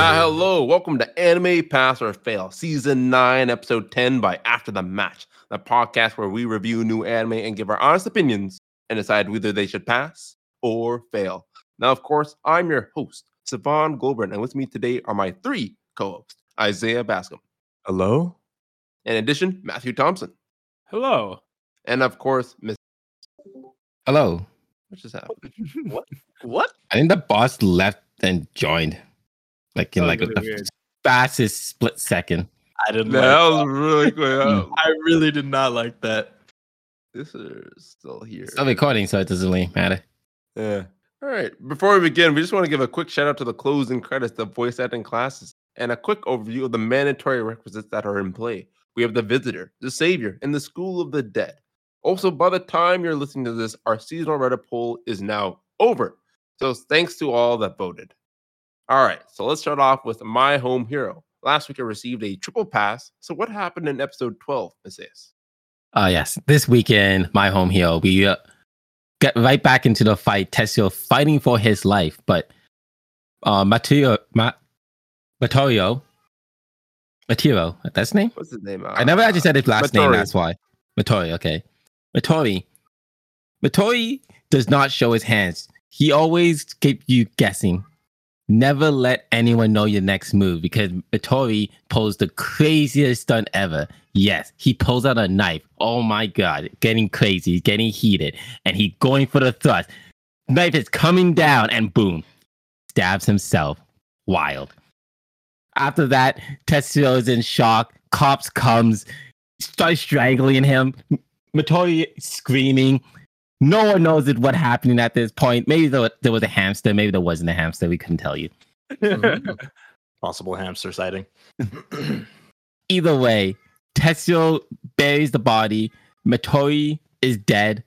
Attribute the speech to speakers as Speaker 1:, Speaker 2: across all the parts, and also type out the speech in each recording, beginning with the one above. Speaker 1: Ah, Hello, welcome to Anime Pass or Fail, Season 9, Episode 10 by After the Match, the podcast where we review new anime and give our honest opinions and decide whether they should pass or fail. Now, of course, I'm your host, Savon Goldburn, and with me today are my three co hosts, Isaiah Bascom,
Speaker 2: Hello?
Speaker 1: in addition, Matthew Thompson,
Speaker 3: Hello.
Speaker 1: and of course, Miss.
Speaker 4: Hello.
Speaker 1: What just happened? what? What?
Speaker 4: I think the boss left and joined, like in
Speaker 3: That
Speaker 4: like
Speaker 3: was
Speaker 4: the
Speaker 3: really weird.
Speaker 4: fastest split second.
Speaker 3: I didn't.
Speaker 1: That was really quick.
Speaker 4: Mm.
Speaker 3: I really did not like that.
Speaker 1: This is still here.
Speaker 4: It's Still recording, so it doesn't really matter.
Speaker 1: Yeah. All right. Before we begin, we just want to give a quick shout out to the closing credits of voice acting classes and a quick overview of the mandatory requisites that are in play. We have the visitor, the savior, and the school of the dead. Also, by the time you're listening to this, our seasonal Reddit poll is now over. So thanks to all that voted. All right, so let's start off with my home hero. Last week I received a triple pass. So what happened in episode 12, Messias?
Speaker 4: Oh yes, this weekend, my home heel, we uh, get right back into the fight. Tetsuo fighting for his life, but uh, Matuyo, Ma- Matorio, Matiro, that's his name.
Speaker 1: What's his name?
Speaker 4: I never actually
Speaker 1: Uh,
Speaker 4: said his last
Speaker 1: Matori.
Speaker 4: name. That's why. Matori. Okay. Matori. Matori does not show his hands. He always keep you guessing. Never let anyone know your next move because Matori pulls the craziest stunt ever. Yes, he pulls out a knife. Oh my god, getting crazy, getting heated, and he going for the thrust. Knife is coming down, and boom, stabs himself. Wild. After that, Tetsuo is in shock. Cops comes, starts strangling him. M- Matori screaming. No one knows it, what happening at this point. Maybe there, there was a hamster. Maybe there wasn't a hamster. We couldn't tell you.
Speaker 3: Possible hamster sighting.
Speaker 4: Either way, Tetsuo buries the body. Matori is dead.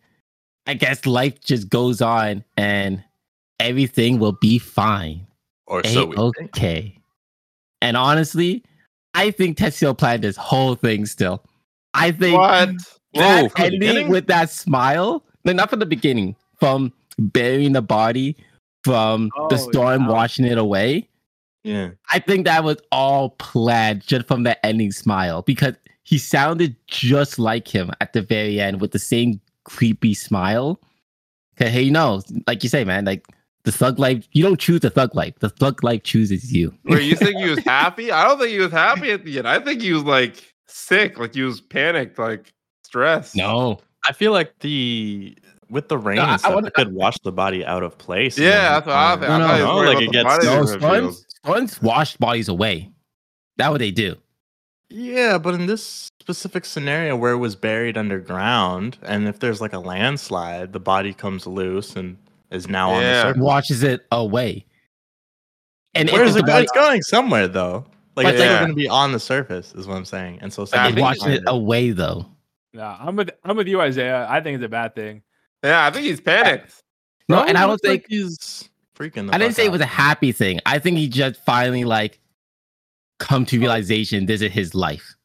Speaker 4: I guess life just goes on and everything will be fine.
Speaker 3: Or
Speaker 4: A- okay. And honestly, I think Tetsuo planned this whole thing still. I think
Speaker 1: Ah, What?
Speaker 4: That
Speaker 1: Whoa.
Speaker 3: from the
Speaker 4: ending
Speaker 3: beginning?
Speaker 4: with that smile, no, not from the beginning, from burying the body, from the
Speaker 3: Oh,
Speaker 4: storm
Speaker 3: wow.
Speaker 4: washing it away.
Speaker 3: Yeah.
Speaker 4: I think that was all planned just from that ending smile because he sounded just like him at the very end with the same creepy smile. Cause hey, you know, like you say, man, like the thug life, you don't choose the thug life. The thug life chooses you.
Speaker 1: Wait, you think he was happy? I don't think he was happy at the end. I think he was like sick, like he was panicked, like stressed.
Speaker 4: No,
Speaker 3: I feel like the with the rain
Speaker 4: No, I- I
Speaker 3: and stuff,
Speaker 4: wanna-
Speaker 3: it could wash the body out of place. and
Speaker 1: Yeah, that's
Speaker 3: then-
Speaker 1: what I think.
Speaker 3: No,
Speaker 1: I thought he was
Speaker 3: no, no,
Speaker 1: worried
Speaker 3: like
Speaker 1: about
Speaker 3: it
Speaker 1: the
Speaker 3: gets-
Speaker 1: body
Speaker 4: no,
Speaker 1: being revealed.
Speaker 4: stunts, stunts wash bodies away. That what they do.
Speaker 3: Yeah, but in this specific scenario where it was buried underground, and if there's like a landslide, the body comes loose and is now on
Speaker 1: Yeah.
Speaker 3: the surface.
Speaker 4: washes it away. And if
Speaker 3: Where's
Speaker 4: the
Speaker 3: it going?
Speaker 4: body,
Speaker 3: It's going somewhere though. Like
Speaker 4: But
Speaker 3: it's never
Speaker 1: yeah.
Speaker 3: going to be on the surface, is what I'm saying. And so,
Speaker 1: I
Speaker 4: it
Speaker 1: think-
Speaker 4: washes it away though.
Speaker 5: No, I'm with I'm with you, Isaiah. I think it's a bad thing.
Speaker 1: Yeah, I think he's panicked.
Speaker 4: No, and I don't think
Speaker 3: he's freaking. The
Speaker 4: I didn't
Speaker 3: fuck
Speaker 4: say it
Speaker 3: out.
Speaker 4: was a happy thing. I think he just finally like come to realization this is his life.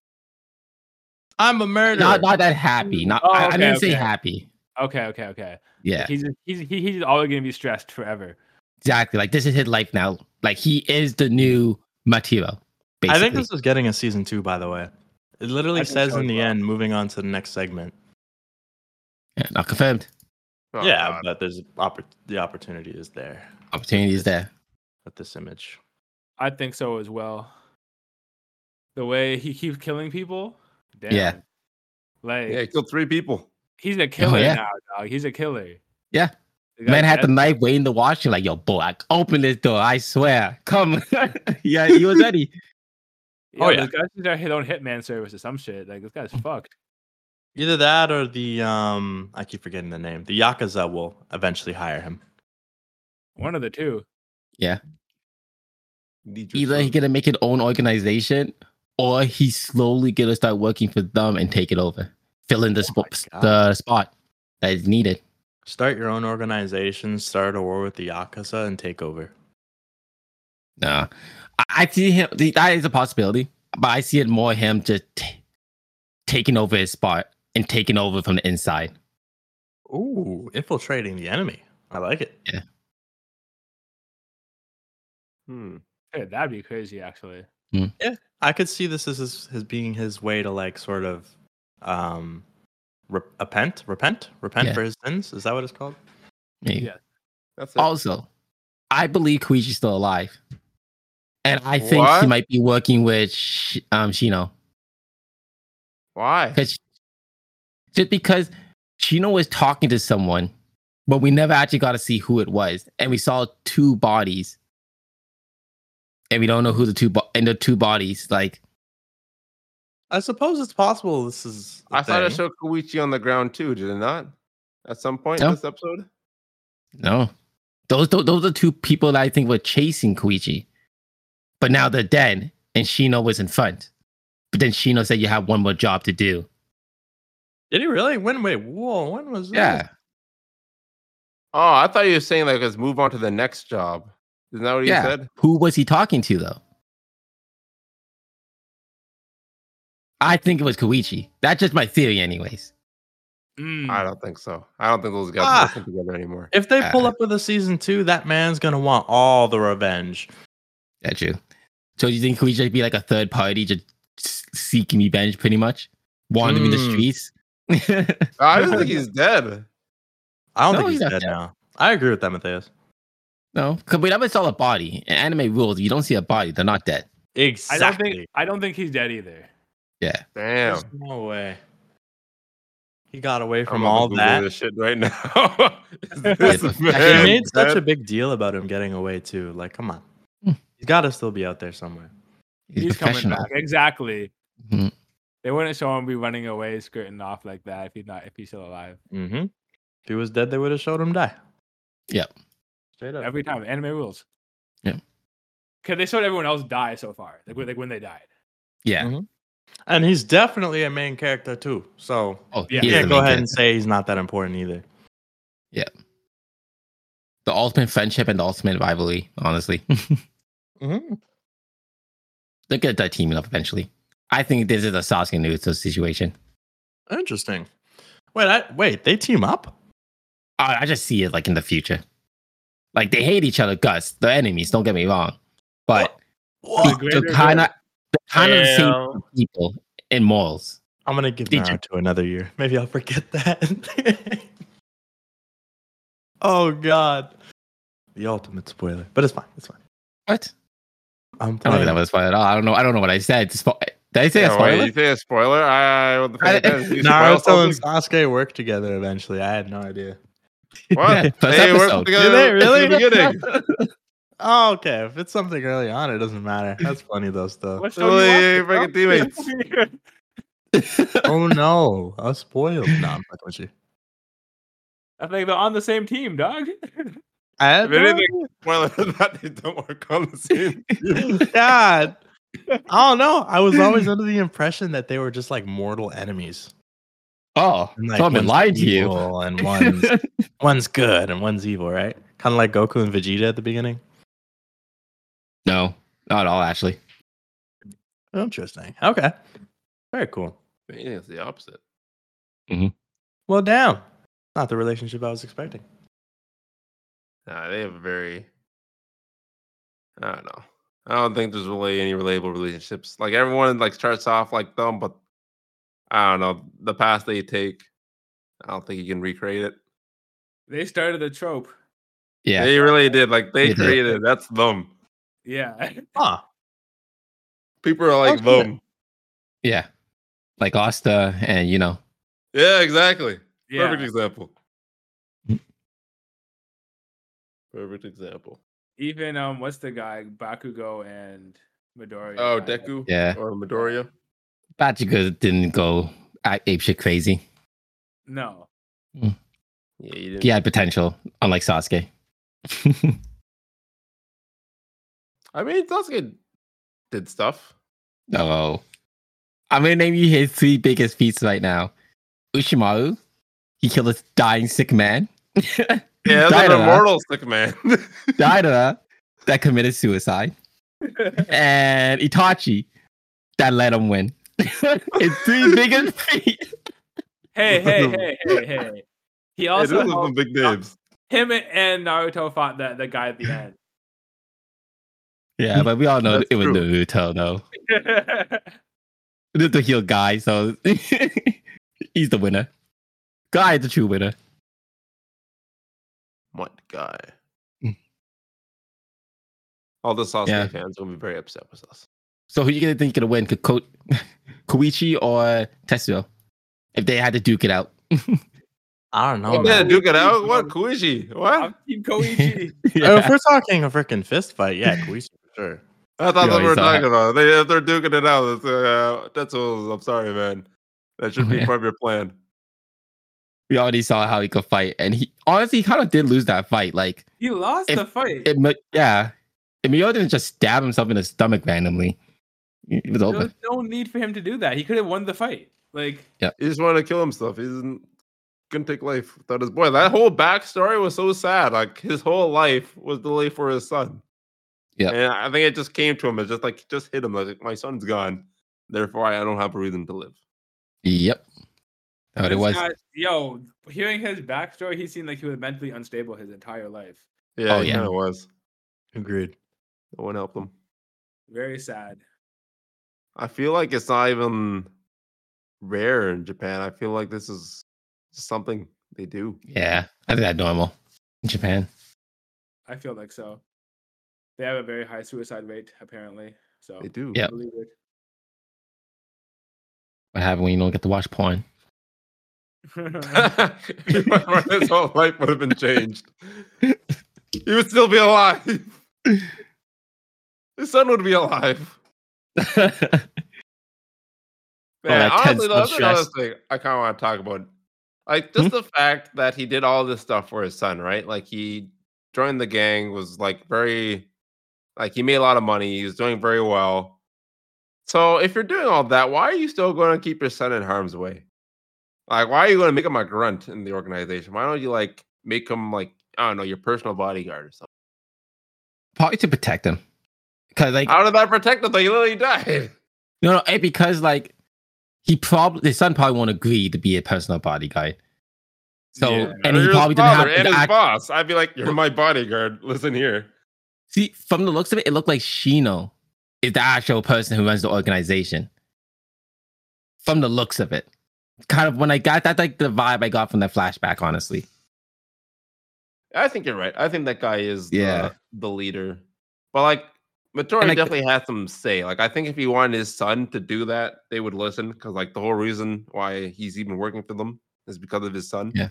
Speaker 3: I'm a murderer.
Speaker 4: Not not that happy. Not
Speaker 5: Oh,
Speaker 4: I, I
Speaker 5: okay,
Speaker 4: didn't say
Speaker 5: okay.
Speaker 4: happy.
Speaker 5: Okay, okay, okay.
Speaker 4: Yeah,
Speaker 5: He's he's he, he's always gonna be stressed forever.
Speaker 4: exactly. Like this is his life now. Like he is the new Matiro. Basically.
Speaker 3: I think this is getting a season two, by the way. It literally
Speaker 5: I think
Speaker 3: says
Speaker 5: so
Speaker 3: in
Speaker 5: as
Speaker 3: the
Speaker 5: well.
Speaker 3: end, moving on to the next segment.
Speaker 4: Yeah, not confirmed.
Speaker 1: Oh,
Speaker 3: yeah,
Speaker 1: God.
Speaker 3: but there's oppor- the opportunity is there
Speaker 4: Opportunity is there.
Speaker 3: with this image.
Speaker 5: I think so as well. The way he keeps killing people. Damn.
Speaker 4: Yeah. Oh,
Speaker 5: Like
Speaker 1: yeah, he killed three people.
Speaker 5: he's a killer
Speaker 4: yeah.
Speaker 5: now, dog. He's a killer.
Speaker 4: Yeah.
Speaker 5: The guy-
Speaker 4: Man had the
Speaker 5: that-
Speaker 4: knife waiting to wash you like, yo, boy, I open this door. I swear. Come. yeah, he was ready.
Speaker 5: yo,
Speaker 3: Oh, yeah.
Speaker 5: This guy should start his own hitman service or some shit. Like this guy's fucked.
Speaker 3: Either that or the um, I keep forgetting the name. The yakuza will eventually hire him.
Speaker 5: One of the two.
Speaker 1: Need your
Speaker 4: either he
Speaker 1: son.
Speaker 4: gonna make his own organization or he slowly gonna start working for them and take it over fill in the,
Speaker 3: Oh
Speaker 4: spo-
Speaker 3: my God.
Speaker 4: the spot that is needed
Speaker 3: Start your own organization. Start a war with the yakuza and take over.
Speaker 4: nah i, I see him th- that is a possibility but i see it more him just t- taking over his spot and taking over from the inside
Speaker 3: Ooh, infiltrating the enemy. I like it.
Speaker 1: Hmm.
Speaker 5: Yeah, that'd be crazy, actually.
Speaker 3: I could see this as his, his being his way to like sort of um re- repent, repent, repent
Speaker 4: Yeah.
Speaker 3: for his sins. Is that what it's called?
Speaker 4: Maybe.
Speaker 5: Yeah.
Speaker 1: That's it.
Speaker 4: Also, I believe Koichi's still alive. And I think
Speaker 1: What?
Speaker 4: he might be working with Sh- um, Shino.
Speaker 1: Why?
Speaker 4: Cause, just because Shino was talking to someone, but we never actually got to see who it was. And we saw two bodies. And we don't know who the two bo- and the two bodies like
Speaker 3: I suppose it's possible this is a
Speaker 1: I thought I
Speaker 3: thing.
Speaker 1: showed Koichi on the ground too, did it not? At some point
Speaker 4: No.
Speaker 1: in this episode?
Speaker 4: no. Those, those those are two people that I think were chasing Koichi. But now they're dead and Shino was in front. But then Shino said you have one more job to do.
Speaker 3: Did he really? When wait, whoa, when was this?
Speaker 4: Yeah.
Speaker 1: Oh, I thought you were saying like let's move on to the next job. Isn't that what you
Speaker 4: Yeah.
Speaker 1: said?
Speaker 4: Who was he talking to though? I think it was Koichi. That's just my theory, anyways.
Speaker 5: Mm.
Speaker 1: I don't think so. I don't think those guys
Speaker 3: Ah.
Speaker 1: are working together anymore.
Speaker 3: If they pull
Speaker 4: Uh.
Speaker 3: up with a season two, that man's gonna want all the revenge.
Speaker 4: That's true. So do you think Koichi would be like a third party just s- seeking revenge pretty much? Wandering the
Speaker 5: Hmm.
Speaker 3: Mm.
Speaker 4: streets?
Speaker 1: I just think he's dead.
Speaker 3: I don't
Speaker 4: No,
Speaker 3: think he's
Speaker 4: he's not
Speaker 3: dead now. I agree with that, Matthias.
Speaker 4: no, because we never saw a body. In anime rules, if you don't see a body, they're not dead.
Speaker 5: I
Speaker 3: Exactly.
Speaker 5: don't think I don't think he's dead either.
Speaker 1: Damn.
Speaker 3: There's no way. He got away
Speaker 1: I'm
Speaker 3: from
Speaker 1: about to
Speaker 3: all
Speaker 1: Google
Speaker 3: that.
Speaker 1: This shit right now. Is
Speaker 4: Like,
Speaker 1: this
Speaker 4: he
Speaker 1: man
Speaker 3: They made such a
Speaker 1: dead?
Speaker 3: big deal about him getting away too. Like, come on.
Speaker 4: Hmm.
Speaker 3: He's gotta still be out there somewhere.
Speaker 4: He's,
Speaker 5: He's, coming
Speaker 4: professional.
Speaker 5: back. Exactly.
Speaker 4: Mhm.
Speaker 5: They wouldn't show him be running away, skirting off like that if he's not if he's still alive.
Speaker 3: Mm-hmm. If he was dead, they would have showed him die.
Speaker 4: Yep.
Speaker 3: Straight up.
Speaker 5: Every time, anime rules.
Speaker 4: Yeah.
Speaker 5: Cause they showed everyone else die so far, like when, like when they died.
Speaker 4: Yeah.
Speaker 5: Mm-hmm.
Speaker 3: Mhm. and he's definitely a main character too. So
Speaker 4: Oh,
Speaker 5: Yeah.
Speaker 4: he
Speaker 3: you
Speaker 4: is
Speaker 3: can't go
Speaker 4: the main
Speaker 3: ahead
Speaker 4: character.
Speaker 3: and say he's not that important either.
Speaker 4: The ultimate friendship and the ultimate rivalry, honestly.
Speaker 3: Mm-hmm.
Speaker 4: They'll get that teaming up eventually. I think this is a Sasuke and Naruto situation.
Speaker 3: Interesting. Wait, I, wait, they team up?
Speaker 4: I, I just see it like in the future. Like they hate each other, Gus. They're enemies. Don't get me wrong, but
Speaker 5: The
Speaker 3: What?
Speaker 5: greater
Speaker 4: they're
Speaker 5: good.
Speaker 4: kind of they're kind of the same
Speaker 3: Hell.
Speaker 4: people in morals.
Speaker 3: I'm gonna give
Speaker 4: Did you-
Speaker 3: Naruto another year. Maybe I'll forget that. oh God, the ultimate spoiler. But it's fine. It's fine.
Speaker 4: What?
Speaker 3: I'm
Speaker 4: I don't think
Speaker 3: playing.
Speaker 4: that was a spoiler at all. I don't know. I don't know what I said. Spo- Did I say
Speaker 1: Yeah,
Speaker 4: a
Speaker 1: wait,
Speaker 4: spoiler?
Speaker 1: you say a spoiler? I, what the fuck
Speaker 4: I-
Speaker 1: is that? You spoil
Speaker 3: Naruto and
Speaker 1: something?
Speaker 3: Sasuke work together eventually. I had no idea.
Speaker 1: What?
Speaker 4: Yeah, first
Speaker 1: they
Speaker 4: episode.
Speaker 1: worked together
Speaker 3: Did they
Speaker 1: at the
Speaker 3: really?
Speaker 1: beginning.
Speaker 3: Oh, okay. If it's something early on, it doesn't matter. That's funny though. Stuff.
Speaker 5: What show
Speaker 1: Totally
Speaker 5: you watch,
Speaker 1: freaking
Speaker 5: bro?
Speaker 1: teammates.
Speaker 3: oh no, I was spoiled. No, I'm fucking with you.
Speaker 5: I think they're on the same team, dog.
Speaker 3: I had
Speaker 1: If
Speaker 3: no
Speaker 1: anything-
Speaker 3: idea.
Speaker 1: Spoiler that they don't work on the same. team.
Speaker 3: God. I don't know. I was always under the impression that they were just like mortal enemies.
Speaker 4: oh,
Speaker 3: And,
Speaker 4: someone
Speaker 3: one's
Speaker 4: lied to you.
Speaker 3: evil And one's, one's good and one's evil, right? Kind of like Goku and Vegeta at the beginning.
Speaker 4: no, not at all. Actually,
Speaker 3: Interesting. Okay. Very cool.
Speaker 1: I think it's the opposite.
Speaker 3: Well, damn. Not the relationship I was expecting.
Speaker 1: Nah, they have a very. I don't know. I don't think there's really any relatable relationships. Like everyone like starts off like them, but I don't know the path they take. I don't think you can recreate it.
Speaker 5: they started the trope.
Speaker 4: yeah.
Speaker 1: They really did. Like they
Speaker 4: They did.
Speaker 1: created. it. That's them.
Speaker 5: Yeah.
Speaker 3: Huh.
Speaker 1: People are like
Speaker 3: Okay.
Speaker 1: them.
Speaker 4: Yeah. Like Asta and you know.
Speaker 1: Yeah, exactly.
Speaker 5: yeah.
Speaker 1: Perfect example.
Speaker 4: Mm.
Speaker 1: Perfect example.
Speaker 5: Even um, what's the guy Bakugo and Midoriya?
Speaker 1: Oh,
Speaker 5: kinda.
Speaker 1: Deku.
Speaker 4: Yeah.
Speaker 1: Or Midoriya.
Speaker 4: Bachiga didn't go ape apeshit crazy.
Speaker 5: No,
Speaker 1: Yeah, you didn't.
Speaker 4: He had potential, unlike Sasuke.
Speaker 1: I mean, Sasuke did stuff.
Speaker 4: No. I'm gonna name you his three biggest feats right now. Ushimaru, he killed a dying sick man.
Speaker 1: Yeah, that's an
Speaker 4: Daidara.
Speaker 1: immortal sick man.
Speaker 4: Daidara, that committed suicide. and Itachi, that let him win. his three biggest feats.
Speaker 5: hey, hey, hey, hey, hey. He
Speaker 1: Yeah,
Speaker 5: also
Speaker 1: those are some
Speaker 5: helped,
Speaker 1: big names.
Speaker 5: him and Naruto fought the, the guy at the end.
Speaker 4: Yeah, but we all know
Speaker 1: That's
Speaker 4: it was
Speaker 1: true.
Speaker 4: Naruto though. This is the heel guy, so he's the winner. Guy is the true winner.
Speaker 1: What guy?
Speaker 4: Mm.
Speaker 1: All the Sasuke
Speaker 4: Yeah.
Speaker 1: fans will be very upset with us.
Speaker 4: So who you gonna think gonna win? Ko- Ko- Koichi or Tetsuo? If they had to duke it out.
Speaker 3: I don't know.
Speaker 5: Oh,
Speaker 1: yeah,
Speaker 3: man.
Speaker 5: no.
Speaker 1: duke it out. What Kuishi? What?
Speaker 5: I'm Team Koichi.
Speaker 3: Uh, if we're talking a freaking fist fight, yeah, Koichi for sure.
Speaker 1: I thought
Speaker 4: Yeah,
Speaker 1: that we were
Speaker 4: he's not-
Speaker 1: talking about. They, if they're duking it out, it's, uh, that's all. I'm sorry, man. That should be
Speaker 4: Yeah.
Speaker 1: part of your plan.
Speaker 4: we already saw how he could fight, and he honestly kind of did lose that fight. Like
Speaker 5: he lost
Speaker 4: If-
Speaker 5: the fight.
Speaker 4: it, mi- yeah, and Mio didn't just stab himself in the stomach randomly. It was
Speaker 5: there
Speaker 4: over.
Speaker 5: was no need for him to do that. He could have won the fight. Like
Speaker 1: He just wanted to kill himself. He didn't, couldn't take life without his boy. That whole backstory was so sad. Like his whole life was delayed for his son.
Speaker 4: Yeah.
Speaker 1: and I think it just came to him. It just like it just hit him. Like my son's gone, therefore I don't have a reason to live.
Speaker 4: Yep. But it
Speaker 5: this
Speaker 4: was.
Speaker 5: guy- yo, hearing his backstory, he seemed like he was mentally unstable his entire life.
Speaker 1: Yeah,
Speaker 4: Oh,
Speaker 1: he
Speaker 4: yeah.
Speaker 1: kind of was.
Speaker 3: Agreed.
Speaker 1: No one helped him.
Speaker 5: Very sad.
Speaker 1: I feel like it's not even rare in Japan. I feel like this is something they do.
Speaker 4: Yeah, I think that's normal in Japan.
Speaker 5: I feel like so. They have a very high suicide rate, apparently. So
Speaker 1: They do.
Speaker 4: Yeah.
Speaker 5: believe it.
Speaker 4: What happened when you don't get to watch porn?
Speaker 1: his whole life would have been changed. He would still be alive. His son would be alive.
Speaker 4: Oh,
Speaker 1: Man,
Speaker 4: that
Speaker 1: honestly,
Speaker 4: tense
Speaker 1: though, that's
Speaker 4: of
Speaker 1: another
Speaker 4: stress.
Speaker 1: thing I kind of want to talk about. Like, just the fact that he did all this stuff for his son, right? Like, he joined the gang, was like very, like, he made a lot of money. He was doing very well. So, if you're doing all that, why are you still going to keep your son in harm's way? Like, why are you going to make him a grunt in the organization? Why don't you, like, make him, like, I don't know, your personal bodyguard or something?
Speaker 4: Probably to protect him, because like
Speaker 5: Uh,
Speaker 1: How did that protect him? though? He literally died.
Speaker 4: No, no, eh, because like he probably his son probably won't agree to be a personal bodyguard. So
Speaker 5: Yeah.
Speaker 4: and
Speaker 1: Or
Speaker 4: he
Speaker 1: his
Speaker 4: probably didn't have
Speaker 1: father and
Speaker 4: the
Speaker 1: his
Speaker 4: act-
Speaker 1: boss. I'd be like, you're my bodyguard. Listen here.
Speaker 4: see from the looks of it, it looked like Shino is the actual person who runs the organization. From the looks of it, kind of when I got that, like the vibe I got from that flashback, honestly.
Speaker 1: I think you're right. I think that guy is
Speaker 4: Yeah.
Speaker 1: the, the leader. But like Midori
Speaker 4: And, like,
Speaker 1: definitely had some say. Like I think if he wanted his son to do that, they would listen because like the whole reason why he's even working for them is because of his son.
Speaker 4: Yeah.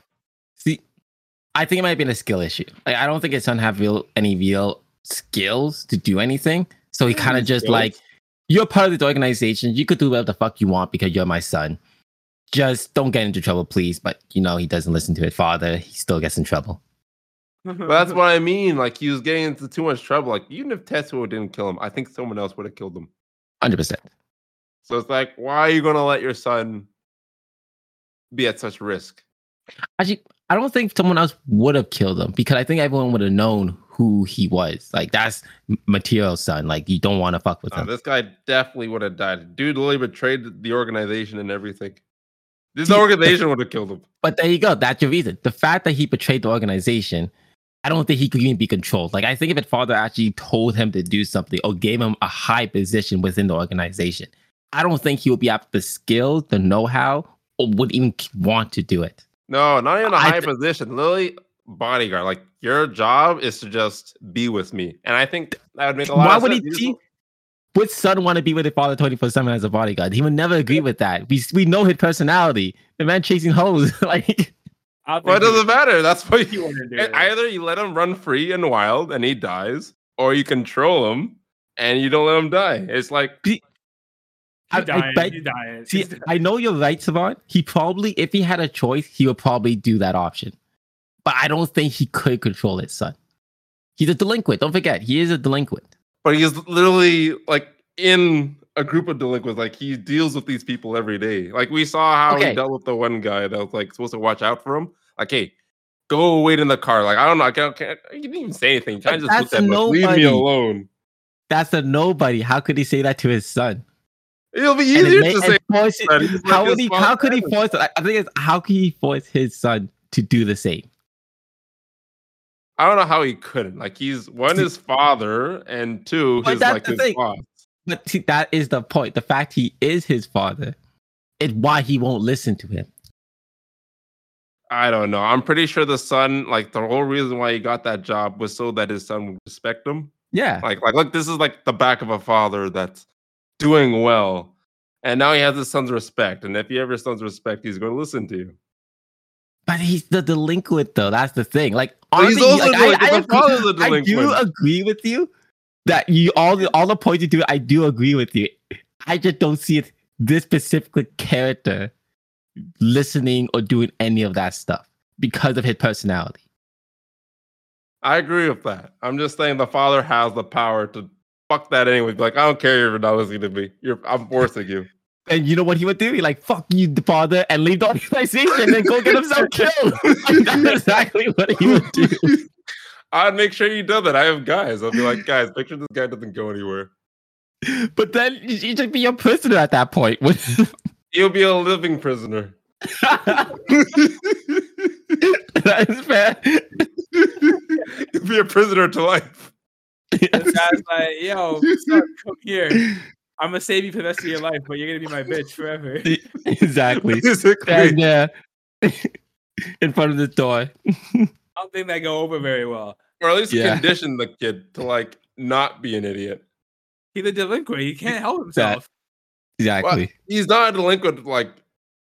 Speaker 4: See, I think it might have been a skill issue. Like, I don't think his son have real any real skills to do anything. So he
Speaker 1: Yeah,
Speaker 4: kind of
Speaker 1: he
Speaker 4: just
Speaker 1: does.
Speaker 4: like, you're part of this organization. You could do whatever the fuck you want because you're my son. Just don't get into trouble, please. But you know, he doesn't listen to his father. He still gets in trouble.
Speaker 1: But that's what I mean. Like he was getting into too much trouble. Like even if Tetsuo didn't kill him, I think someone else would have killed him.
Speaker 4: 100%.
Speaker 1: So it's like, why are you gonna let your son be at such risk?
Speaker 4: Actually, I don't think someone else would have killed him because I think everyone would have known who he was. Like, that's Material's son. Like, you don't want to fuck with
Speaker 1: Uh,
Speaker 4: him.
Speaker 1: this guy definitely would have died. Dude literally betrayed the organization and everything. This
Speaker 4: See, the-
Speaker 1: organization would have killed him.
Speaker 4: But there you go. That's your reason. The fact that he betrayed the organization, I don't think he could even be controlled. Like I think if his father actually told him to do something or gave him a high position within the organization, I don't think he would be up the skill, the know-how, or would even want to do it.
Speaker 1: No, not even a
Speaker 4: I
Speaker 1: high
Speaker 4: thi-
Speaker 1: position. Literally bodyguard. Like your job is to just be with me. And I think that would make a lot
Speaker 4: Why
Speaker 1: of
Speaker 4: would
Speaker 1: sense.
Speaker 4: he?
Speaker 1: just-
Speaker 4: Te- would son want to be with his father twenty four seven as a bodyguard? He would never agree with that. We we know his personality. The man chasing hoes. like
Speaker 5: I
Speaker 1: well, it
Speaker 5: think he-
Speaker 1: doesn't matter. That's what
Speaker 5: he
Speaker 1: you
Speaker 5: wanted to do.
Speaker 1: e- either you let him run free and wild and he dies, or you control him and you don't let him die. It's like
Speaker 4: I- I
Speaker 5: He's dying.
Speaker 4: bet-
Speaker 5: He's dying.
Speaker 4: See,
Speaker 5: He's dying.
Speaker 4: I know you're right, Savant. He probably, if he had a choice, he would probably do that option. But I don't think he could control his son. He's a delinquent. Don't forget, he is a delinquent.
Speaker 1: but he's literally like in a group of delinquents. Like he deals with these people every day. Like we saw how
Speaker 4: Okay.
Speaker 1: he dealt with the one guy that was like supposed to watch out for him. Like, hey, go wait in the car. Like I don't know. I can't. can't he didn't even say anything. Kind of
Speaker 4: But
Speaker 1: just looked at him,
Speaker 4: that's
Speaker 1: like, leave me
Speaker 4: nobody.
Speaker 1: alone.
Speaker 4: That's a nobody. How could he say that to his son?
Speaker 1: It'll be
Speaker 4: And it
Speaker 1: easier
Speaker 4: may-
Speaker 1: to say.
Speaker 4: and force it-
Speaker 1: that. He's like
Speaker 4: how
Speaker 1: his
Speaker 4: would he?
Speaker 1: small
Speaker 4: How could he
Speaker 1: brother.
Speaker 4: force? I I think it's how could he force his son to do the same?
Speaker 1: I don't know how he couldn't. Like he's one his father, and two
Speaker 4: But
Speaker 1: his
Speaker 4: that's
Speaker 1: like
Speaker 4: the
Speaker 1: his
Speaker 4: thing.
Speaker 1: boss.
Speaker 4: But see, that is the point. The fact he is his father is why he won't listen to him.
Speaker 1: I don't know. I'm pretty sure the son, like the whole reason why he got that job was so that his son would respect him.
Speaker 4: Yeah.
Speaker 1: Like, like, look, this is like the back of a father that's doing well, and now he has his son's respect. And if he ever son's respect, he's going to listen to you.
Speaker 4: But he's the delinquent, though. That's the thing. Like,
Speaker 1: But he's
Speaker 4: honestly,
Speaker 1: also
Speaker 4: like,
Speaker 1: like, the
Speaker 4: agree-
Speaker 1: father's a
Speaker 4: I
Speaker 1: delinquent.
Speaker 4: do agree with you that you all the all the points you do. I do agree with you. I just don't see it this specific character listening or doing any of that stuff because of his personality.
Speaker 1: I agree with that. I'm just saying the father has the power to fuck that anyway. Be like, I don't care if you're not listening to me. You're, I'm forcing you.
Speaker 4: And you know what he would do? He like fuck you, the father, and leave the organization, and then go get himself killed. Like, that's exactly what he would do.
Speaker 1: I'd make sure you do that. I have guys. I'll be like, guys, make sure this guy doesn't go anywhere.
Speaker 4: But then you you just be your prisoner at that point.
Speaker 1: You'll be a living prisoner.
Speaker 4: that is fair.
Speaker 1: You'll be a prisoner to life.
Speaker 5: This guy's like, yo, son, come here. I'm gonna save you for the rest of your life, but you're gonna be my bitch forever.
Speaker 4: exactly. Stand
Speaker 1: Basically.
Speaker 4: there in front of the door.
Speaker 5: I don't think that go over very well.
Speaker 1: Or at least
Speaker 4: Yeah.
Speaker 1: condition the kid to like not be an idiot.
Speaker 5: He's a delinquent. He can't help himself.
Speaker 4: Exactly.
Speaker 1: He's not a delinquent like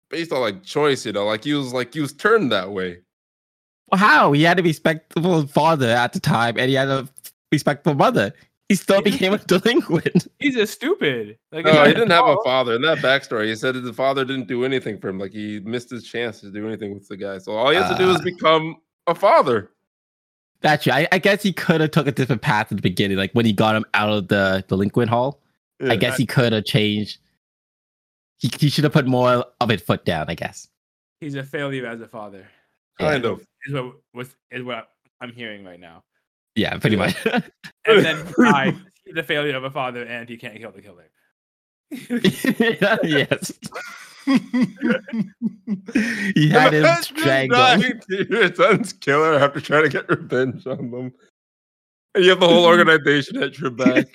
Speaker 1: based on like choice, you know. Like he was like he was turned that way.
Speaker 4: How? He had a respectable father at the time and he had a respectful mother. He still became a delinquent.
Speaker 5: He's just stupid. Like,
Speaker 1: No, Oh, he
Speaker 5: it's
Speaker 1: didn't have a
Speaker 5: all-
Speaker 1: father. In that backstory, he said that the father didn't do anything for him. Like he missed his chance to do anything with the guy. So all he has to do is
Speaker 4: Ah.
Speaker 1: become a father.
Speaker 4: That's right. I, I guess he could have took a different path at the beginning, like when he got him out of the delinquent hall. I guess he could have changed. He, he should have put more of his foot down, I guess.
Speaker 5: He's a failure as a father.
Speaker 4: Yeah.
Speaker 1: Kind of.
Speaker 5: Is what was is what I'm hearing right now.
Speaker 4: Yeah, pretty
Speaker 1: Yeah.
Speaker 4: much.
Speaker 5: And then he died. he's a failure of a father, and he can't kill the killer.
Speaker 4: yes. he had him
Speaker 1: Imagine
Speaker 4: strangled.
Speaker 1: dying to Your son's killer after trying to get revenge on them. And you have the whole organization at your back.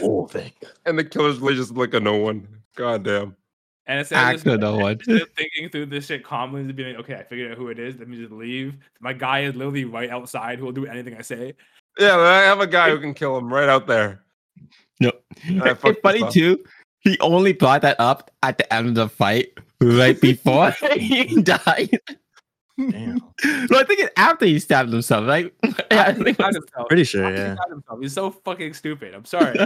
Speaker 4: Whole thing.
Speaker 1: and the killer's really just like a no one. God damn.
Speaker 5: And it's
Speaker 4: Act of no one.
Speaker 5: Instead of thinking through this shit calmly and being like, okay, I figured out who it is. Let me just leave. My guy is literally right outside who will do anything I say.
Speaker 1: Yeah, I have a guy who can kill him right out there. I fucked
Speaker 4: it's
Speaker 1: this
Speaker 4: funny
Speaker 1: up.
Speaker 4: too. He only brought that up at the end of the fight, right before he died.
Speaker 3: Damn.
Speaker 4: No, I think it's after he stabbed himself. Right? yeah, I think.
Speaker 5: Not himself.
Speaker 3: Pretty sure,
Speaker 5: Not
Speaker 3: yeah.
Speaker 5: himself. He's so fucking stupid. I'm sorry.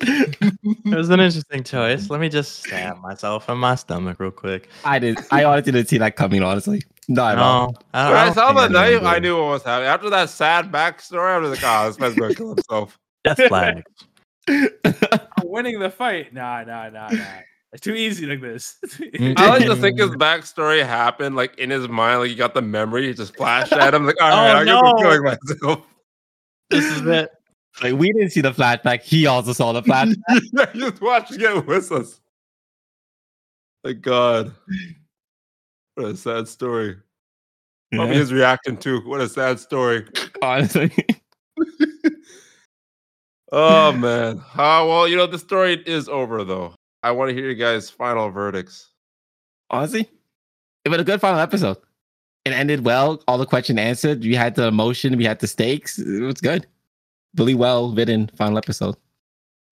Speaker 3: It was an interesting choice. Let me just stab myself in my stomach real quick.
Speaker 4: I did. I honestly didn't see that coming. Honestly, not at all.
Speaker 3: No, I,
Speaker 1: When I,
Speaker 3: don't
Speaker 1: saw
Speaker 3: think
Speaker 1: the knife,
Speaker 3: anyone
Speaker 1: I
Speaker 3: did.
Speaker 1: knew what was happening. After that sad backstory, I was like, ah, this man's gonna kill himself.
Speaker 3: Death flag.
Speaker 5: I'm winning the fight. Nah, nah, nah, nah. It's too easy like this.
Speaker 1: I like to think his backstory happened like in his mind, like he got the memory, he just flashed at him, like, all right,
Speaker 3: Oh,
Speaker 1: I guess I'm
Speaker 3: no.
Speaker 1: killing myself.
Speaker 3: this is it.
Speaker 4: Like we didn't see the flashback. He also saw the flashback.
Speaker 1: yeah, just watching it with us. Thank God. What a sad story. Probably
Speaker 4: Yeah,
Speaker 1: his reaction too. What a sad story.
Speaker 4: honestly,
Speaker 1: Oh man. Ah, well, you know the story is over though. I want to hear you guys' final verdicts.
Speaker 4: honestly, it was a good final episode. It ended well. All the question answered. We had the emotion. We had the stakes. It was good. Really well written final episode.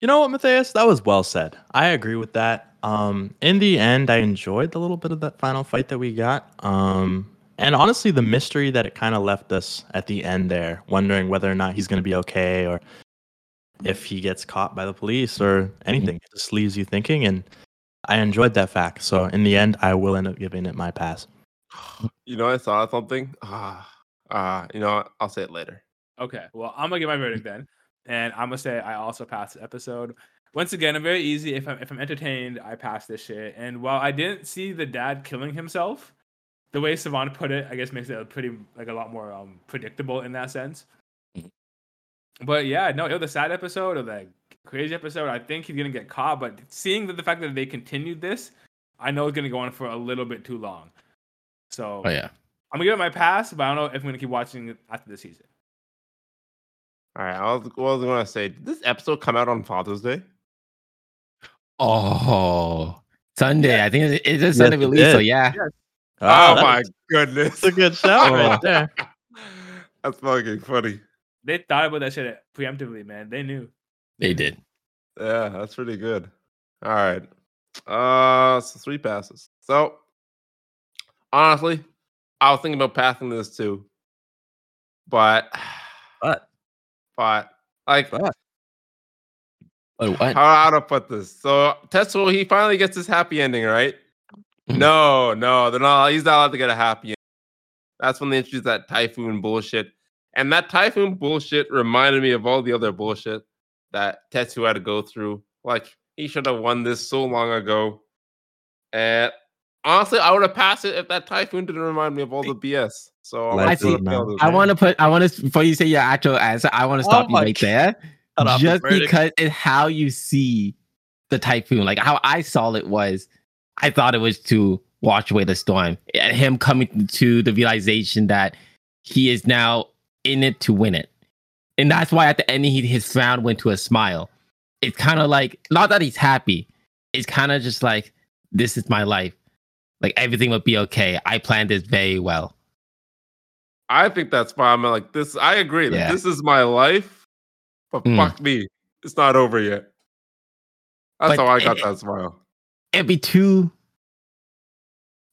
Speaker 3: You know what, Matthias? That was well said. I agree with that. Um, in the end, I enjoyed the little bit of that final fight that we got. Um, and honestly, the mystery that it kind of left us at the end there, wondering whether or not he's going to be okay or if he gets caught by the police or anything. It just leaves you thinking. And I enjoyed that fact. So in the end, I will end up giving it my pass.
Speaker 1: You know, I saw something. Ah, ah, you know, what? I'll say it later.
Speaker 5: Okay, well, I'm gonna get my verdict then, and I'm gonna say I also passed the episode. Once again, I'm very easy. If I'm if I'm entertained, I pass this shit. And while I didn't see the dad killing himself, the way Savan put it, I guess makes it a pretty like a lot more um predictable in that sense. But yeah, no, it was a sad episode or the crazy episode. I think he's gonna get caught. But seeing that the fact that they continued this, I know it's gonna go on for a little bit too long. So
Speaker 4: Oh, yeah.
Speaker 5: I'm gonna give it my pass, but I don't know if I'm gonna keep watching it after the season.
Speaker 1: All right, I was, what was I gonna say? Did this episode come out on Father's Day?
Speaker 4: Oh, Sunday. I think it's, it's a Sunday
Speaker 3: it
Speaker 4: release. So
Speaker 3: did.
Speaker 4: yeah,
Speaker 1: Oh,
Speaker 3: Ah, that-
Speaker 1: my Oh. goodness,
Speaker 3: that's a good shout right there.
Speaker 1: that's fucking funny.
Speaker 5: They thought about that shit preemptively, man. They knew.
Speaker 4: they did.
Speaker 1: Yeah, that's pretty good. All right. Uh so three passes. So honestly, I was thinking about passing this too. But
Speaker 3: But-
Speaker 1: but like
Speaker 3: But-
Speaker 4: Oh, what?
Speaker 1: how, how to put this. So Tetsuo, he finally gets his happy ending, right?
Speaker 4: Mhm.
Speaker 1: no, no, they're not he's not allowed to get a happy ending. That's when they introduced that typhoon bullshit. And that typhoon bullshit reminded me of all the other bullshit that Tetsu had to go through. Like he should have won this so long ago. And honestly, I would have passed it if that typhoon didn't remind me of all the BS. So I'm
Speaker 3: Let's
Speaker 1: gonna
Speaker 4: see,
Speaker 1: put a fail
Speaker 3: man.
Speaker 1: this
Speaker 4: I
Speaker 1: time.
Speaker 4: want to put. I want to before you say your actual answer. I want to stop you
Speaker 3: Oh my
Speaker 4: right there,
Speaker 3: Cut off the
Speaker 4: just
Speaker 3: verdict.
Speaker 4: because it's how you see the typhoon. Like how I saw it was, I thought it was to watch away the storm. And him coming to the realization that he is now in it to win it, and that's why at the end he, his frown went to a smile. It's kind of like not that he's happy. It's kind of just like this is my life. Like everything will be okay. I planned this very well.
Speaker 1: I think that's fine. I'm like this. I agree. that
Speaker 4: Yeah.
Speaker 1: This is my life, but
Speaker 4: Mm.
Speaker 1: fuck me, it's not over yet. That's
Speaker 4: But
Speaker 1: how I got
Speaker 4: it-
Speaker 1: that smile.
Speaker 4: it'd be too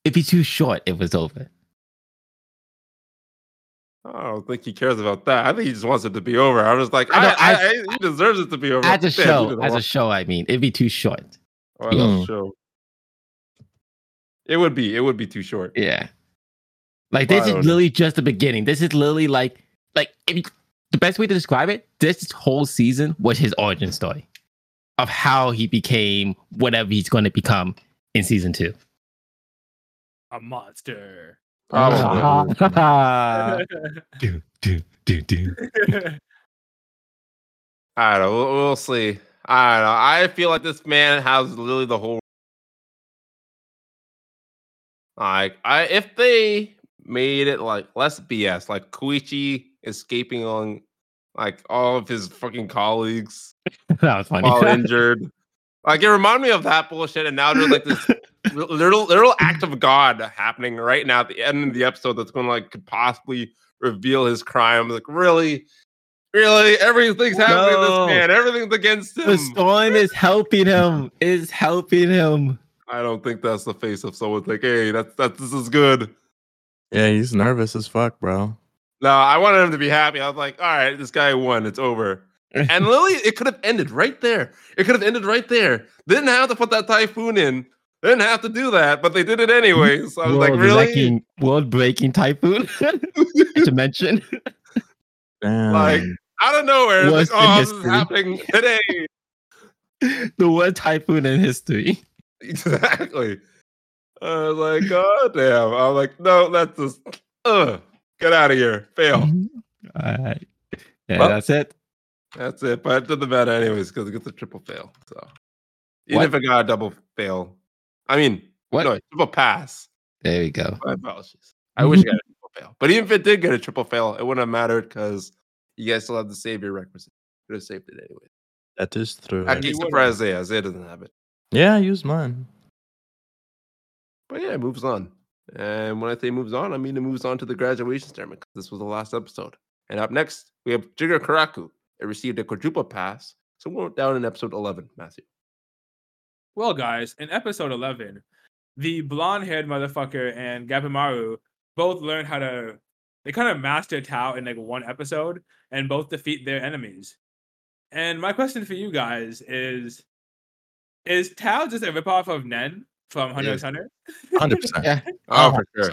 Speaker 4: it'd be too short if it's over
Speaker 1: I don't think he cares about that. I think he just wants it to be over. I was like,
Speaker 4: I
Speaker 1: I,
Speaker 4: know,
Speaker 1: I,
Speaker 4: as-
Speaker 1: I- he deserves it to be over.
Speaker 4: as a
Speaker 1: Shit, he
Speaker 4: show
Speaker 1: didn't
Speaker 4: as a
Speaker 1: want-
Speaker 4: show i mean it'd be too short
Speaker 1: oh, as a
Speaker 3: Mm.
Speaker 1: show. It would be. It would be too short.
Speaker 4: yeah like this
Speaker 1: I
Speaker 4: is
Speaker 1: don't know.
Speaker 4: literally just the beginning this is literally like like if you- the best way to describe it this whole season was his origin story of how he became whatever he's going to become in season two
Speaker 5: A monster.
Speaker 3: Ah.
Speaker 1: Probably.
Speaker 4: Uh, do, do, do, do.
Speaker 1: I don't know. We'll, we'll see. I don't know. I feel like this man has literally the whole. Like, I if they made it like less BS, like Koichi escaping on like all of his fucking colleagues
Speaker 4: that was funny
Speaker 1: while injured. Like it reminded me of that bullshit, and now there's like this little little act of God happening right now at the end of the episode that's going to like could possibly reveal his crime. Like really, really, everything's happening to
Speaker 3: No.
Speaker 1: this man. Everything's against
Speaker 4: the
Speaker 1: him.
Speaker 4: storm is helping him is helping him
Speaker 1: I don't think that's the face of someone like, hey, that's that's this is good.
Speaker 3: Yeah, he's nervous as fuck, bro.
Speaker 1: No, I wanted him to be happy. I was like, all right, this guy won. It's over. And Lily, it could have ended right there. It could have ended right there. They didn't have to put that typhoon in. They didn't have to do that, but they did it anyways. I was like, really?
Speaker 4: breaking, world breaking typhoon dimension.
Speaker 3: Damn.
Speaker 1: Like, out of nowhere, it's like,
Speaker 4: Worst in
Speaker 1: oh, this is
Speaker 4: history.
Speaker 1: happening today.
Speaker 4: The worst typhoon in history.
Speaker 1: exactly. I was like, god damn. I was like, no, that's just, ugh, get out of here. Fail.
Speaker 4: All right. Yeah,
Speaker 1: Well-
Speaker 4: that's it.
Speaker 1: That's it. But it doesn't matter anyways because it gets a triple fail. So even
Speaker 4: What?
Speaker 1: if I got a double fail, I mean,
Speaker 4: What?
Speaker 1: no, triple pass.
Speaker 4: There we go.
Speaker 1: My apologies. I wish I got a triple fail. But even if it did get a triple fail, it wouldn't have mattered because you guys still have the savior requisite. Could have saved it anyway.
Speaker 3: that is true.
Speaker 1: I'd be
Speaker 5: would've.
Speaker 1: surprised Isaiah. Isaiah doesn't have it.
Speaker 3: Yeah, I used mine.
Speaker 1: But yeah, it moves on. And when I say moves on, I mean it moves on to the graduation ceremony 'cause this was the last episode. And up next, we have Jigger Karaku. It received a quadruple pass. So we're down in episode 11, Matthew.
Speaker 5: Well, guys, in episode 11, the blonde haired motherfucker and Gabimaru both learn how to, they kind of master Tao in like one episode and both defeat their enemies. And my question for you guys is Is Tao just a ripoff of Nen from Hunter
Speaker 1: Yes.
Speaker 5: x Hunter?
Speaker 3: 100%.
Speaker 1: Oh,
Speaker 4: Oh,
Speaker 1: for sure.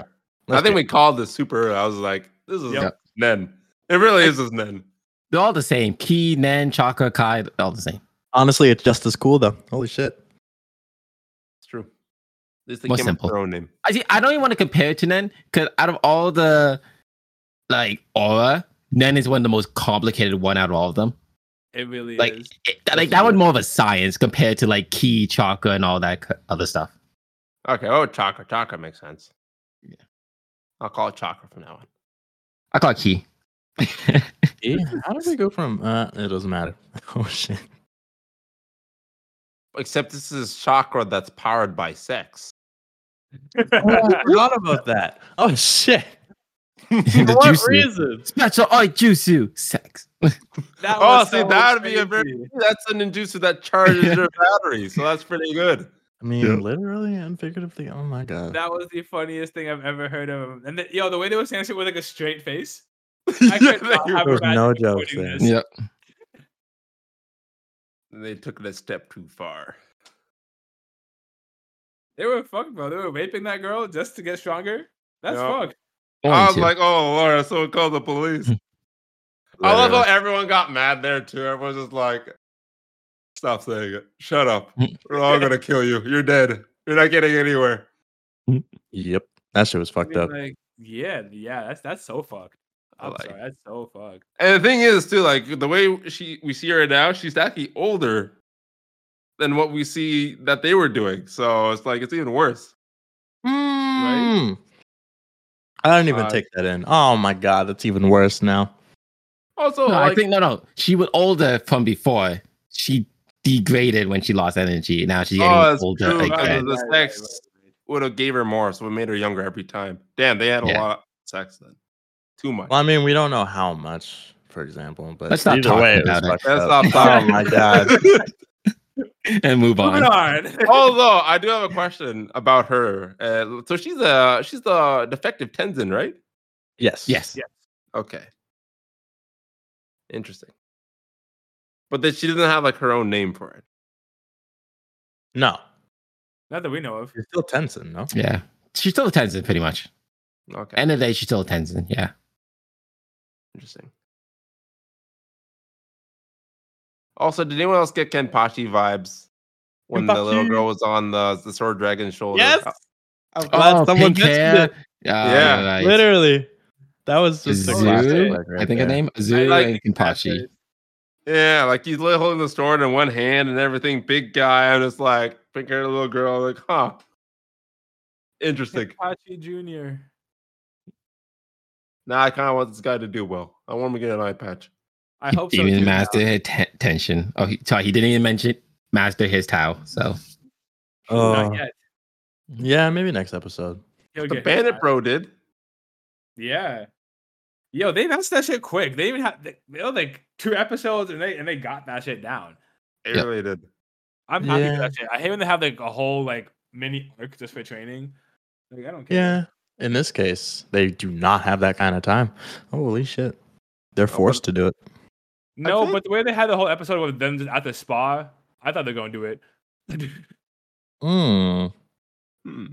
Speaker 1: I think we called the super. I was like, this is
Speaker 5: Yep.
Speaker 1: Nen. It really is just Nen.
Speaker 4: They're all the same. Key, Nen, Chakra, Kai, they're all the same.
Speaker 3: Honestly, it's just as cool, though. Holy shit.
Speaker 1: It's true. At least they
Speaker 4: More
Speaker 1: came up with
Speaker 4: simple.
Speaker 1: their own name.
Speaker 4: I see. I don't even want to compare it to Nen because out of all the like aura, Nen is one of the most complicated one out of all of them.
Speaker 5: It really
Speaker 4: Like,
Speaker 5: is.
Speaker 4: it, like that one's more of a science compared to like Key, Chakra, and all that c- other stuff.
Speaker 1: Okay. Oh, Chaka. Chaka makes sense. I'll call it Chakra from now on.
Speaker 4: I call it Key.
Speaker 3: Yeah, how did we go from? Uh, it doesn't matter. Oh shit.
Speaker 1: Except this is Chakra that's powered by sex.
Speaker 3: Oh, I forgot about that. Oh shit.
Speaker 4: the
Speaker 5: what
Speaker 4: juicy.
Speaker 5: reason?
Speaker 4: Special oi juicy sex.
Speaker 5: That
Speaker 1: Oh,
Speaker 5: was
Speaker 1: see,
Speaker 5: so
Speaker 1: that'd be a very-
Speaker 5: crazy.
Speaker 1: That's an inducer that charges your battery, so that's pretty good.
Speaker 3: I mean, literally and figuratively. Oh my god.
Speaker 5: That was the funniest thing I've ever heard of. And the, yo, the way they were saying shit with like a straight face.
Speaker 1: Yeah,
Speaker 5: I could
Speaker 1: they-
Speaker 5: not have
Speaker 3: There was
Speaker 5: imagined
Speaker 3: no
Speaker 5: him
Speaker 3: joke
Speaker 5: doing
Speaker 3: there.
Speaker 5: this.
Speaker 4: Yep.
Speaker 1: they took it a step too far.
Speaker 5: They were fucked, bro. They were raping that girl just to get stronger. That's
Speaker 1: Yeah.
Speaker 5: fucked.
Speaker 1: I
Speaker 4: Orange
Speaker 1: was
Speaker 4: tip.
Speaker 1: like, oh Laura, so called the police. I love how everyone got mad there too. Everyone's just like, stop saying it. Shut up. We're all gonna kill you. You're dead. You're not getting anywhere.
Speaker 3: Yep. That shit was
Speaker 5: I
Speaker 3: fucked
Speaker 5: mean,
Speaker 3: up.
Speaker 5: Like, yeah, yeah, that's that's so fucked.
Speaker 1: I
Speaker 5: I'm
Speaker 1: like-
Speaker 5: sorry, that's so fucked.
Speaker 1: And the thing is too, like the way she we see her now, she's actually older than what we see that they were doing. So it's like it's even worse.
Speaker 3: Mm. I don't even
Speaker 1: Uh,
Speaker 3: take that in. Oh my god, that's even worse now.
Speaker 1: Also,
Speaker 4: No,
Speaker 1: like,
Speaker 4: I think no, no. She was older from before. She degraded when she lost energy. Now she's getting
Speaker 1: Oh, that's
Speaker 4: older
Speaker 1: true. Right,
Speaker 4: again.
Speaker 1: the sex would have gave her more, so it made her younger every time. Damn, they had a
Speaker 4: Yeah.
Speaker 1: lot of sex then. Too much.
Speaker 3: Well, I mean, we don't know how much, for example, but
Speaker 4: Let's not
Speaker 3: either
Speaker 4: talk
Speaker 3: way, it was
Speaker 4: about it.
Speaker 3: fucked
Speaker 1: Let's
Speaker 3: up.
Speaker 1: not talk
Speaker 3: Oh my god.
Speaker 4: And move
Speaker 5: Moving
Speaker 4: on.
Speaker 5: on.
Speaker 1: Although I do have a question about her. Uh, so she's a she's the defective Tenzin, right?
Speaker 3: Yes.
Speaker 4: Yes.
Speaker 5: Yeah.
Speaker 1: Okay. Interesting. But that she doesn't have like her own name for it.
Speaker 3: No.
Speaker 5: Not that we know of.
Speaker 3: You're still Tenzin, no?
Speaker 4: Yeah. She's still a Tenzin, pretty much.
Speaker 1: Okay.
Speaker 4: End of the day, she's still a Tenzin. Yeah. Uh,
Speaker 1: Interesting. Also, did anyone else get Kenpachi vibes when the little
Speaker 3: Kenpachi.
Speaker 1: girl was on the the sword dragon's shoulder?
Speaker 3: Yes.
Speaker 1: Uh,
Speaker 3: I'm
Speaker 4: oh, pink hair. Oh,
Speaker 1: Yeah,
Speaker 4: right.
Speaker 3: Literally. That was just a
Speaker 4: Zoo,
Speaker 3: classic
Speaker 1: Zoo,
Speaker 3: flick right
Speaker 4: I think
Speaker 3: there.
Speaker 4: her name Zoo
Speaker 1: like
Speaker 4: and Kimpachi.
Speaker 1: Yeah, like he's li- holding the sword in one hand and everything. Big guy, I'm just like pink haired little girl. Like, huh? Interesting.
Speaker 5: Pachi Jr.
Speaker 1: Now I kind of want this guy to do well. I want him to get an eye patch.
Speaker 5: I hope so.
Speaker 4: Even
Speaker 5: too, now.
Speaker 4: master his te- tension. Oh, he, sorry, he didn't even mention master his Tao. So
Speaker 3: Oh.
Speaker 5: Not yet.
Speaker 3: Yeah, maybe next episode.
Speaker 5: He'll
Speaker 1: The
Speaker 5: get his
Speaker 1: Bandit
Speaker 5: time.
Speaker 1: Bro did.
Speaker 5: Yeah. Yo, they announced that shit quick. They even had they, they had, like two episodes and they and they got that shit down.
Speaker 1: It
Speaker 4: Yep.
Speaker 1: really did.
Speaker 5: I'm happy
Speaker 3: Yeah.
Speaker 5: for that shit. I hate when they have like a whole like mini arc just for training. Like I don't care.
Speaker 3: Yeah. In this case, they do not have that kind of time. Holy shit. They're forced to do it.
Speaker 5: No,
Speaker 1: think-
Speaker 5: but the way they had the whole episode with them just at the spa, I thought they're gonna do it.
Speaker 3: Mm.
Speaker 1: Hmm.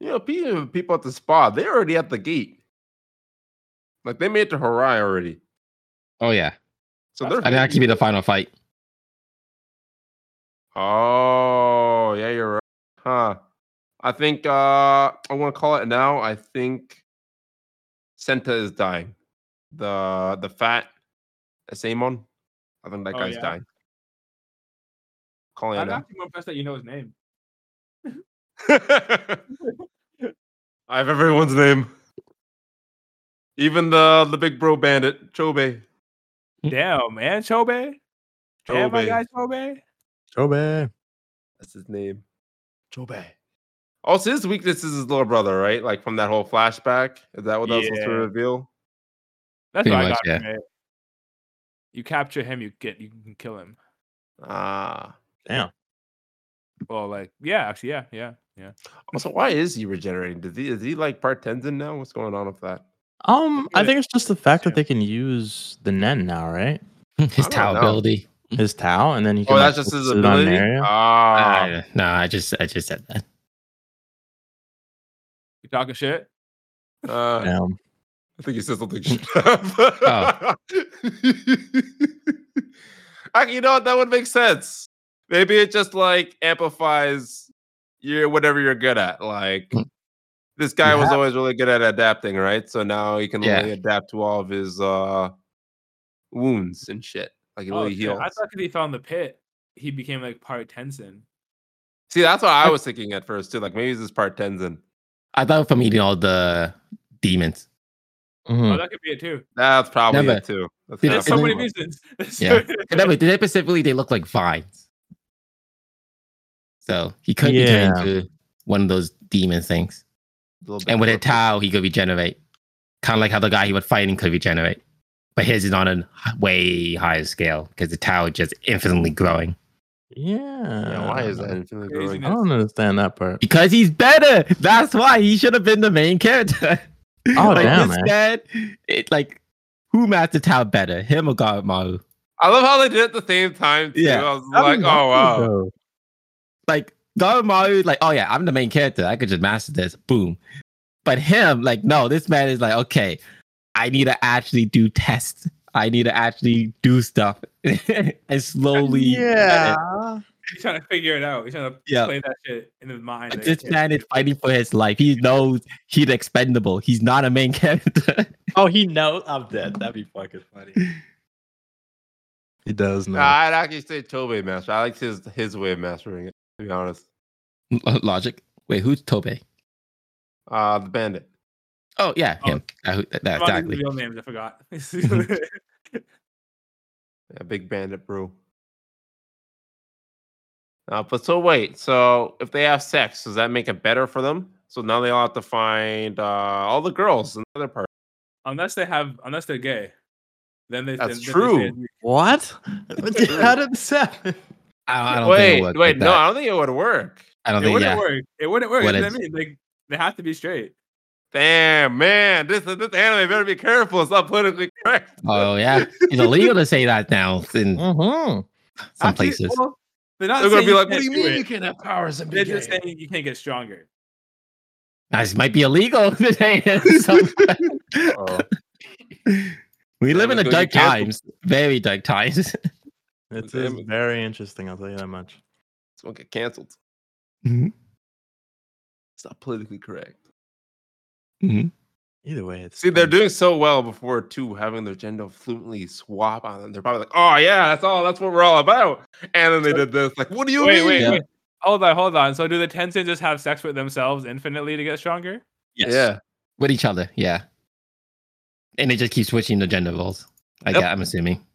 Speaker 1: You know, pe- people at the spa, they're already at the gate. Like they made it to Harai already.
Speaker 4: oh yeah.
Speaker 1: So
Speaker 5: That's
Speaker 1: they're
Speaker 4: I think that could be the final fight.
Speaker 1: Oh, yeah, you're right. Huh. I think uh I want to call it now. I think Senta is dying. The the fat Asamon. I think that
Speaker 5: Oh,
Speaker 1: guy's
Speaker 5: yeah.
Speaker 1: dying. Calling it
Speaker 5: I'm
Speaker 1: now.
Speaker 5: actually more impressed that you know his name.
Speaker 1: I have everyone's name. Even the the big bro bandit, Chobe.
Speaker 5: Damn, man, Chobe. Damn, my
Speaker 1: Chobe.
Speaker 5: guy Chobe.
Speaker 3: Chobe.
Speaker 1: That's his name. Chobe. Also, his weakness is his little brother, right? Like from that whole flashback. Is that what that was supposed to
Speaker 5: Yeah.
Speaker 1: reveal?
Speaker 5: That's
Speaker 4: Pretty
Speaker 5: what I
Speaker 4: much,
Speaker 5: got
Speaker 4: yeah.
Speaker 5: from it. You capture him, you get you can kill him.
Speaker 1: Ah.
Speaker 5: Well, like yeah, actually, yeah, yeah, yeah.
Speaker 1: Also, why is he regenerating? Does he is he like part Tenzin now? What's going on with that?
Speaker 3: Um, I
Speaker 5: Yeah.
Speaker 3: think it's just the fact that
Speaker 5: Yeah.
Speaker 3: they can use the Nen now, right?
Speaker 4: His
Speaker 1: don't
Speaker 4: Tao
Speaker 1: know.
Speaker 4: ability.
Speaker 3: His Tao, and then you can
Speaker 1: Mm-hmm. Oh,
Speaker 3: like,
Speaker 1: that's just his
Speaker 3: sit on
Speaker 1: ability.
Speaker 3: Neria.
Speaker 1: Ah,
Speaker 4: I- no, I just I just said that.
Speaker 5: You talking shit?
Speaker 1: uh,
Speaker 3: Damn.
Speaker 1: I think he said something.
Speaker 4: Oh.
Speaker 1: Actually, you know what? That would make sense. Maybe it just like amplifies your whatever you're good at. Like
Speaker 4: Mm.
Speaker 1: this guy was
Speaker 4: Yeah.
Speaker 1: always really good at adapting, right? So now he can
Speaker 4: Yeah.
Speaker 1: really adapt to all of his uh wounds and shit. Like he
Speaker 5: Oh,
Speaker 1: really
Speaker 5: shit,
Speaker 1: heals.
Speaker 5: I thought because he found the pit, he became like part Tenzin.
Speaker 1: See, that's what I was thinking at first too. Like maybe this is part Tenzin.
Speaker 4: I thought from eating all the demons.
Speaker 5: Oh,
Speaker 3: Mhm.
Speaker 5: that could be it too.
Speaker 1: That's probably
Speaker 4: Never.
Speaker 1: it too. That's
Speaker 4: Did it-
Speaker 5: There's
Speaker 1: kinda
Speaker 5: so
Speaker 4: and
Speaker 5: many
Speaker 1: possible.
Speaker 4: then-
Speaker 5: reasons. There's so
Speaker 4: Yeah.
Speaker 5: many-
Speaker 4: And then, but they specifically, they look like vines. So he could be
Speaker 3: Yeah.
Speaker 4: turned into one of those demon things.
Speaker 1: Little bit
Speaker 4: And with a
Speaker 1: more-
Speaker 4: towel, he could regenerate. Kind of like how the guy he was fighting could regenerate. But his is on a h- way higher scale because the towel just infinitely growing.
Speaker 3: Yeah.
Speaker 1: Yeah, why is that infinitely growing?
Speaker 3: I don't understand that part.
Speaker 4: Because he's better. That's why he should have been the main character.
Speaker 3: Oh, damn, man.
Speaker 4: instead, it like who mastered the towel better, him or Gamaru?
Speaker 1: I love how they did it at the same time too.
Speaker 4: Yeah.
Speaker 1: I was like, oh wow.
Speaker 4: like Gamaru, like, oh yeah, I'm the main character. I could just master this. Boom. But him, like, no, this man is like, okay, I need to actually do tests. I need to actually do stuff and slowly.
Speaker 3: Yeah.
Speaker 5: He's trying to figure it out. He's trying to
Speaker 4: Yeah.
Speaker 5: play that shit in his mind.
Speaker 4: But
Speaker 5: like,
Speaker 4: this
Speaker 5: yeah.
Speaker 4: man is fighting for his life. He knows he's expendable. He's not a main character.
Speaker 3: Oh, he knows I'm dead. That'd be fucking funny. He does know.
Speaker 1: Nah, I'd actually say Tobe master. I liked his his way of mastering it. To be honest,
Speaker 4: Logic. Wait, who's Tobe?
Speaker 1: uh, the bandit.
Speaker 4: Oh yeah,
Speaker 5: Oh.
Speaker 4: him. I, who- that, that-
Speaker 5: Come on, these are
Speaker 4: exactly.
Speaker 5: Real names, I forgot.
Speaker 1: Yeah, big bandit brew. Uh, but so wait, so if they have sex, does that make it better for them? So now they all have to find uh, all the girls in the other part.
Speaker 5: unless they have, unless they're gay, then they.
Speaker 1: That's
Speaker 5: then- then they say-
Speaker 1: true.
Speaker 3: what? How did this happen?
Speaker 4: I, I don't think
Speaker 1: wait,
Speaker 4: it worked
Speaker 1: wait,
Speaker 4: like
Speaker 1: no,
Speaker 4: that.
Speaker 1: I don't think it would work.
Speaker 4: I don't
Speaker 5: it
Speaker 4: think
Speaker 5: wouldn't
Speaker 4: yeah.
Speaker 5: work. It wouldn't work.
Speaker 4: What
Speaker 5: That's
Speaker 4: is-
Speaker 5: what I mean, like they have to be straight.
Speaker 1: Damn, man, this this anime better be careful. It's not politically correct.
Speaker 4: Oh yeah, it's illegal to say that now in
Speaker 3: Mm-hmm.
Speaker 4: some
Speaker 5: Actually,
Speaker 4: places.
Speaker 1: Oh,
Speaker 5: well, they're not
Speaker 1: They're gonna
Speaker 5: saying
Speaker 1: be like,
Speaker 5: can't
Speaker 1: "What do you
Speaker 5: do
Speaker 1: mean
Speaker 5: it.
Speaker 1: you can't have powers and be
Speaker 5: They're just
Speaker 1: gay?"
Speaker 5: saying you can't get stronger.
Speaker 4: This might be illegal today. So-
Speaker 1: Oh.
Speaker 4: we live
Speaker 1: Yeah, we could
Speaker 4: in a dark
Speaker 1: get canceled.
Speaker 4: times, very dark times.
Speaker 3: It
Speaker 1: Damn
Speaker 3: is
Speaker 1: it.
Speaker 3: very interesting. I'll tell you that much.
Speaker 1: It's gonna get canceled.
Speaker 3: Mm-hmm,
Speaker 4: Mhm.
Speaker 1: It's not politically correct.
Speaker 3: mm-hmm. Either way, it's
Speaker 1: See, they're
Speaker 3: fun.
Speaker 1: doing so well before two having their gender fluently swap on them. They're probably like, "Oh yeah, that's all. That's what we're all about." And then they did this. Like, what do you
Speaker 5: Wait,
Speaker 1: mean?
Speaker 5: wait,
Speaker 4: Yeah.
Speaker 5: wait. Hold on, hold on. So do the Tenzin just have sex with themselves infinitely to get stronger?
Speaker 3: Yes.
Speaker 1: Yeah,
Speaker 4: With each other, yeah. And they just keep switching the gender roles. I
Speaker 1: Yep.
Speaker 4: gue- I'm assuming.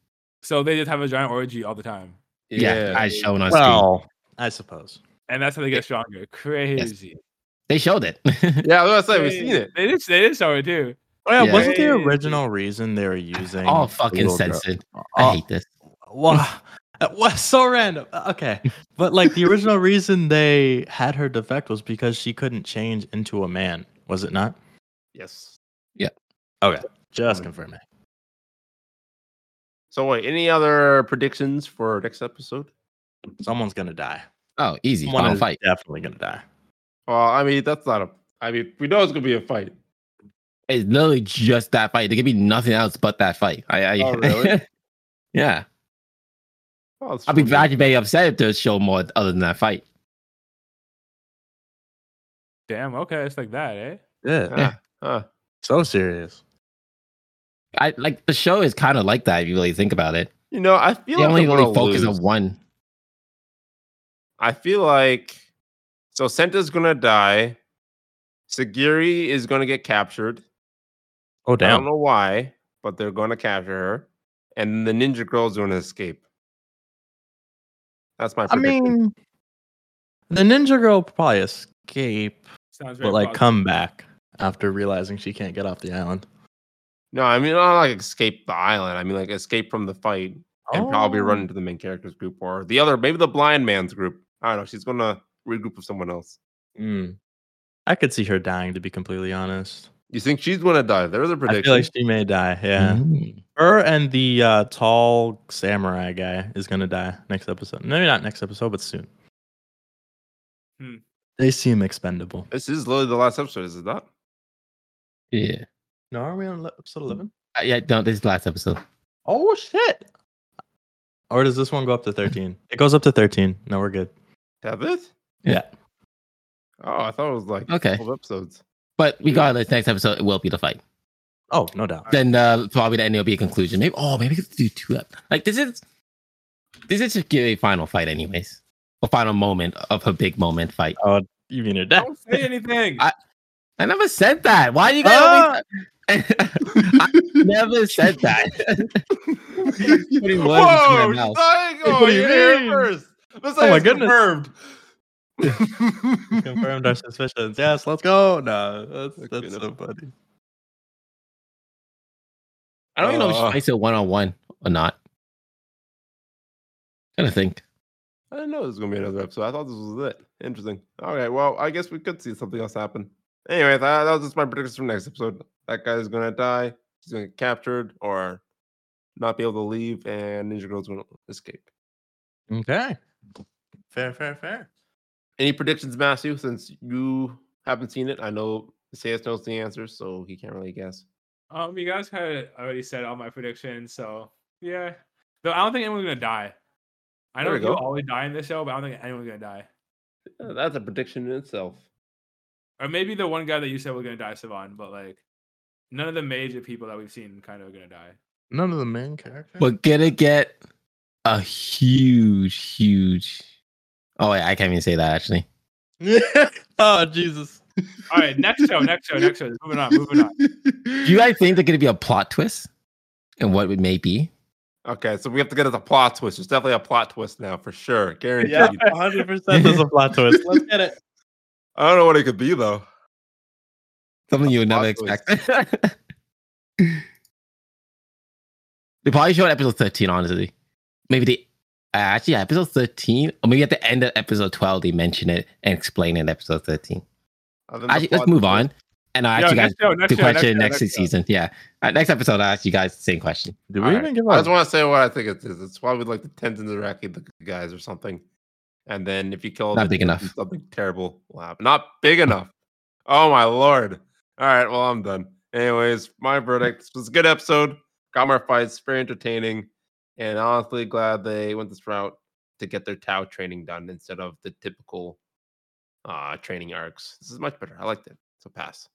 Speaker 5: So they just have a giant orgy all the time,
Speaker 4: Yeah, as shown on screen.
Speaker 3: Well, I suppose.
Speaker 5: and that's how they get stronger. Crazy.
Speaker 4: They showed it.
Speaker 1: yeah. That's what I said. We've seen it.
Speaker 5: They did. They did show it too.
Speaker 3: Oh, yeah,
Speaker 4: Yeah.
Speaker 3: wasn't the
Speaker 5: Crazy.
Speaker 3: original reason they were using
Speaker 4: All
Speaker 3: the
Speaker 4: fucking
Speaker 3: little girl-
Speaker 4: censored. I
Speaker 3: Oh,
Speaker 4: hate this.
Speaker 3: wow. What so random? Uh, Okay, but like the original reason they had her defect was because she couldn't change into a man, was it not?
Speaker 1: Yes.
Speaker 3: Just confirming.
Speaker 1: So wait, any other predictions for next episode?
Speaker 3: Someone's gonna die.
Speaker 4: Oh, easy.
Speaker 3: Someone
Speaker 4: Final
Speaker 3: is
Speaker 4: fight.
Speaker 3: definitely gonna die.
Speaker 1: Well, I mean, that's not a. I mean, we know it's gonna be a fight.
Speaker 4: It's literally just that fight. There could be nothing else but that fight. I, I
Speaker 1: Oh, really?
Speaker 4: yeah.
Speaker 1: Oh, it's
Speaker 4: I'd be
Speaker 1: funny.
Speaker 4: actually very upset if they show more other than that fight.
Speaker 5: Damn. Okay, it's like that, eh?
Speaker 3: Yeah,
Speaker 1: Huh, huh.
Speaker 3: so serious.
Speaker 4: I like the show is kind of like that if you really think about it.
Speaker 1: You know, I feel
Speaker 4: They
Speaker 1: like
Speaker 4: only
Speaker 1: they're
Speaker 4: really
Speaker 1: gonna
Speaker 4: focus
Speaker 1: lose.
Speaker 4: on one.
Speaker 1: I feel like so Senta's gonna die. Sagiri is gonna get captured.
Speaker 3: Oh
Speaker 1: I don't
Speaker 3: damn!
Speaker 1: know why, but they're going to capture her, and the ninja girl's going to escape. That's my.
Speaker 3: I
Speaker 1: Prediction.
Speaker 3: mean, the ninja girl probably escape,
Speaker 5: Sounds very
Speaker 3: but like
Speaker 5: positive.
Speaker 3: come back after realizing she can't get off the island.
Speaker 1: no, I mean not like escape the island. I mean like escape from the fight and probably
Speaker 3: Oh.
Speaker 1: run into the main characters group or the other, maybe the blind man's group. I don't know. She's going to regroup with someone else.
Speaker 3: Mm. I could see her dying, to be completely honest.
Speaker 1: You think she's going to die? There's a
Speaker 3: I
Speaker 1: prediction. Mm-hmm.
Speaker 3: feel like she may die. Yeah.
Speaker 4: Mm.
Speaker 3: Her and the uh, tall samurai guy is going to die next episode. Maybe not next episode, but soon.
Speaker 5: Hmm.
Speaker 3: They seem expendable.
Speaker 1: this is literally the last episode, is it not?
Speaker 4: Yeah.
Speaker 3: No, are we on le- episode 11?
Speaker 4: Uh, yeah, no, this is last episode.
Speaker 3: Oh, shit. Or does this one go up to 13? It goes up to 13. No, we're good.
Speaker 1: Have it?
Speaker 3: Yeah.
Speaker 1: Oh, I thought it was like
Speaker 4: Okay.
Speaker 1: 12 episodes.
Speaker 4: But regardless, next episode it will be the fight.
Speaker 3: Oh, no doubt.
Speaker 4: Then uh, probably the end will be a conclusion. Maybe oh maybe we could do two up. Like this is this is just a final fight, anyways. A final moment of her big moment fight.
Speaker 3: Oh, you mean her death?
Speaker 5: Don't say anything.
Speaker 4: I- I never said that. Why do you guys? always-
Speaker 1: Ah!
Speaker 4: I never said that. putting words into my
Speaker 1: Whoa,
Speaker 4: mouth.
Speaker 1: psycho,
Speaker 3: What do
Speaker 1: you
Speaker 3: you
Speaker 1: heard
Speaker 3: mean?
Speaker 1: first. Looks
Speaker 3: Oh
Speaker 1: like
Speaker 3: my
Speaker 1: it's
Speaker 3: goodness.
Speaker 1: confirmed.
Speaker 3: Confirmed our suspicions. Yes, let's go. No, that's,
Speaker 1: Okay,
Speaker 3: that's
Speaker 1: no.
Speaker 3: so funny.
Speaker 4: I don't even know if
Speaker 1: Uh.
Speaker 4: she fights it one on one or not. Gotta think.
Speaker 1: I didn't know this was gonna be another episode. I thought this was it. Interesting. All right. Well, I guess we could see something else happen. Anyway, that, that was just my predictions for next episode. That guy's gonna die. He's gonna get captured or not be able to leave, and Ninja Girl's gonna escape.
Speaker 3: Okay. Fair, fair, fair.
Speaker 1: Any predictions, Matthew? Since you haven't seen it, I know CS knows the answers, so he can't really guess.
Speaker 5: Um, you guys had already said all my predictions, so yeah. Though I don't think anyone's gonna die. I know
Speaker 1: There we
Speaker 5: people
Speaker 1: go.
Speaker 5: always die in this show, but I don't think anyone's gonna die.
Speaker 1: Uh, That's a prediction in itself.
Speaker 5: Or maybe the one guy that you said was gonna die, Savan, but like none of the major people that we've seen kind of are gonna die.
Speaker 3: None of the main characters.
Speaker 4: We're gonna get a huge, huge. Oh, wait, I can't even say that actually.
Speaker 3: oh Jesus.
Speaker 5: All right, next show, next show, next show. Moving on, moving on.
Speaker 4: Do you guys think there's gonna be a plot twist and what it may be?
Speaker 1: Okay, so we have to get at the plot twist. There's definitely a plot twist now for sure. Guaranteed.
Speaker 3: Yeah, 100 percent there's a plot twist. Let's get it.
Speaker 1: I don't know what it could be though.
Speaker 4: Something you would never
Speaker 1: plot
Speaker 4: expect. they probably show it episode 13, honestly. Maybe they uh, actually yeah, episode 13, or maybe at the end of episode 12 they mention it and explain it in episode 13.
Speaker 1: Other than the
Speaker 4: Actually, let's
Speaker 1: plot
Speaker 4: move
Speaker 1: twist.
Speaker 4: on. And I
Speaker 5: Yo,
Speaker 4: actually guys
Speaker 5: next show, next
Speaker 4: the
Speaker 5: show, next show,
Speaker 4: question next,
Speaker 5: next show.
Speaker 4: season. Yeah. Uh, next episode, I'll ask you guys the same question.
Speaker 3: Do
Speaker 1: All
Speaker 3: we
Speaker 1: right.
Speaker 3: even give
Speaker 1: I
Speaker 3: up?
Speaker 1: just want to say what I think it is. It's probably like the tens and the Iraqi the guys or something. And then if you kill
Speaker 4: Not
Speaker 1: them,
Speaker 4: big enough.
Speaker 1: something terrible will happen. Not big enough. Oh my lord! All right, well I'm done. Anyways, my verdict this was a good episode. Got more fights, very entertaining, and honestly glad they went this route to get their Tau training done instead of the typical uh training arcs. This is much better. I liked it. So pass.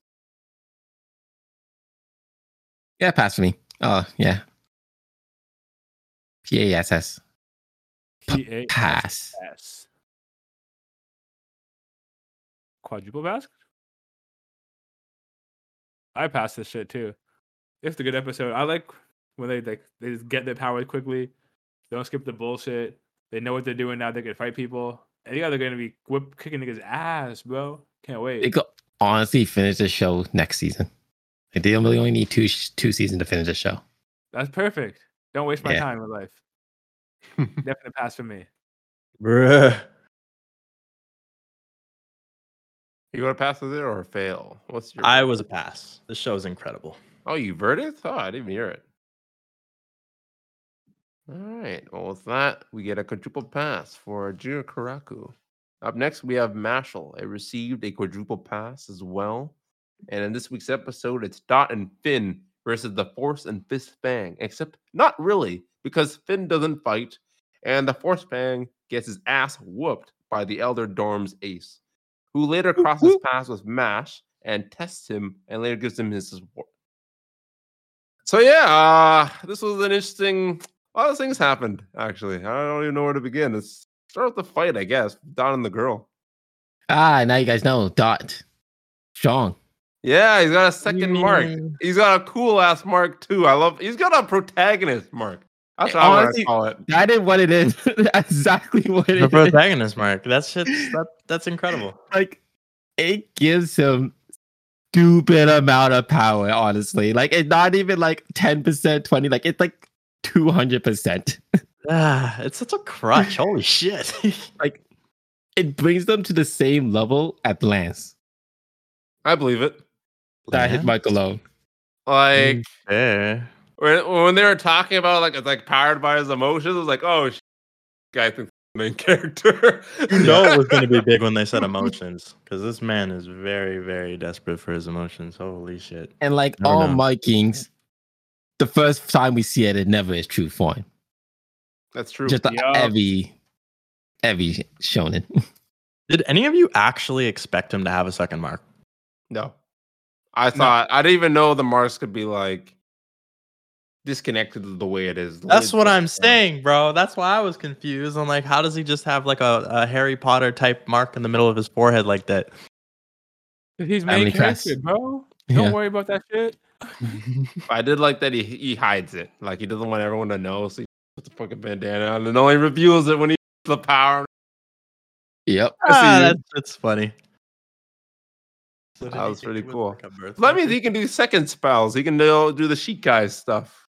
Speaker 4: Yeah, pass for me. Oh, yeah. P A S S.
Speaker 5: P A
Speaker 4: Pass.
Speaker 5: S. Quadruple pass. I passed this shit too. It's a good episode. I like when they like they just get their powers quickly. They don't skip the bullshit. They know what they're doing now. They can fight people. And yeah, they're gonna be whip kicking niggas ass, bro. Can't
Speaker 4: They
Speaker 5: wait.
Speaker 4: could honestly finish the show next season. Like, they really only need two sh- two seasons to finish the show.
Speaker 5: That's perfect. Don't waste my
Speaker 4: Yeah.
Speaker 5: time in life. Definite pass for me.
Speaker 3: Bruh.
Speaker 1: You want to pass with it or fail? What's your
Speaker 3: I was a pass. This show is incredible.
Speaker 1: Oh, you verdict? Oh, I didn't even hear it. All right. Well, with that, we get a quadruple pass for Jiro Karaku. Up next, we have Mashal. It received a quadruple pass as well. And in this week's episode, it's Dot and Finn versus the Force and Fist Fang, except not really, because Finn doesn't fight, and the Force Fang gets his ass whooped by the Elder Dorm's ace, who later crosses paths with Mash and tests him and later gives him his support. So yeah, uh, this was an interesting. A lot of things happened actually. I don't even know where to begin. Let's start with the fight, I guess. Don and the girl.
Speaker 4: Ah, now you guys know. Dot. Strong.
Speaker 1: Yeah, he's got a second mark. He's got a cool ass mark too. I love. He's got a protagonist mark. That's
Speaker 4: It
Speaker 1: what I want to
Speaker 4: honestly-
Speaker 1: call it.
Speaker 4: That is what it is. That's exactly what it
Speaker 3: The
Speaker 4: is.
Speaker 3: protagonist, Mark. That shit's that, that's incredible.
Speaker 4: Like, it gives him stupid amount of power, honestly. Like, it's not even like 10%, 20 Like, it's like 200%.
Speaker 3: Ah, it's such a crutch. Holy shit.
Speaker 4: It brings them to the same level at Lance.
Speaker 1: I believe it.
Speaker 4: That hit Michael alone.
Speaker 1: Like
Speaker 3: Mm. Yeah.
Speaker 1: when when they were talking about like it's like powered by his emotions, I was like, oh, sh- guy thinks the main character.
Speaker 3: You know it was going to be big when they said emotions, because this man is very, very desperate for his emotions. Holy shit.
Speaker 4: And like
Speaker 3: Never
Speaker 4: all
Speaker 3: know.
Speaker 4: my kings, the first time we see it, it never is true form.
Speaker 1: That's true.
Speaker 4: Just the
Speaker 5: Yup.
Speaker 4: every every shonen.
Speaker 3: Did any of you actually expect him to have a second mark?
Speaker 1: No. I thought I didn't even know the Mars could be like disconnected the way it is. the way
Speaker 3: That's
Speaker 1: it's
Speaker 3: what
Speaker 1: like
Speaker 3: I'm
Speaker 1: now.
Speaker 3: saying, bro. That's why I was confused. I'm like, how does he just have like a, a Harry Potter type mark in the middle of his forehead like that?
Speaker 5: He's
Speaker 4: Family
Speaker 5: main
Speaker 4: crest.
Speaker 5: character, bro. Don't
Speaker 4: Yeah.
Speaker 5: worry about that shit.
Speaker 1: But I did like that he he hides it. Like he doesn't want everyone to know. So he puts a fucking bandana on and only reveals it when he the power.
Speaker 4: Yep.
Speaker 3: Ah,
Speaker 1: you.
Speaker 3: that's, that's funny.
Speaker 1: That was pretty cool. That means he can do second spells. He can do, do the sheet guys stuff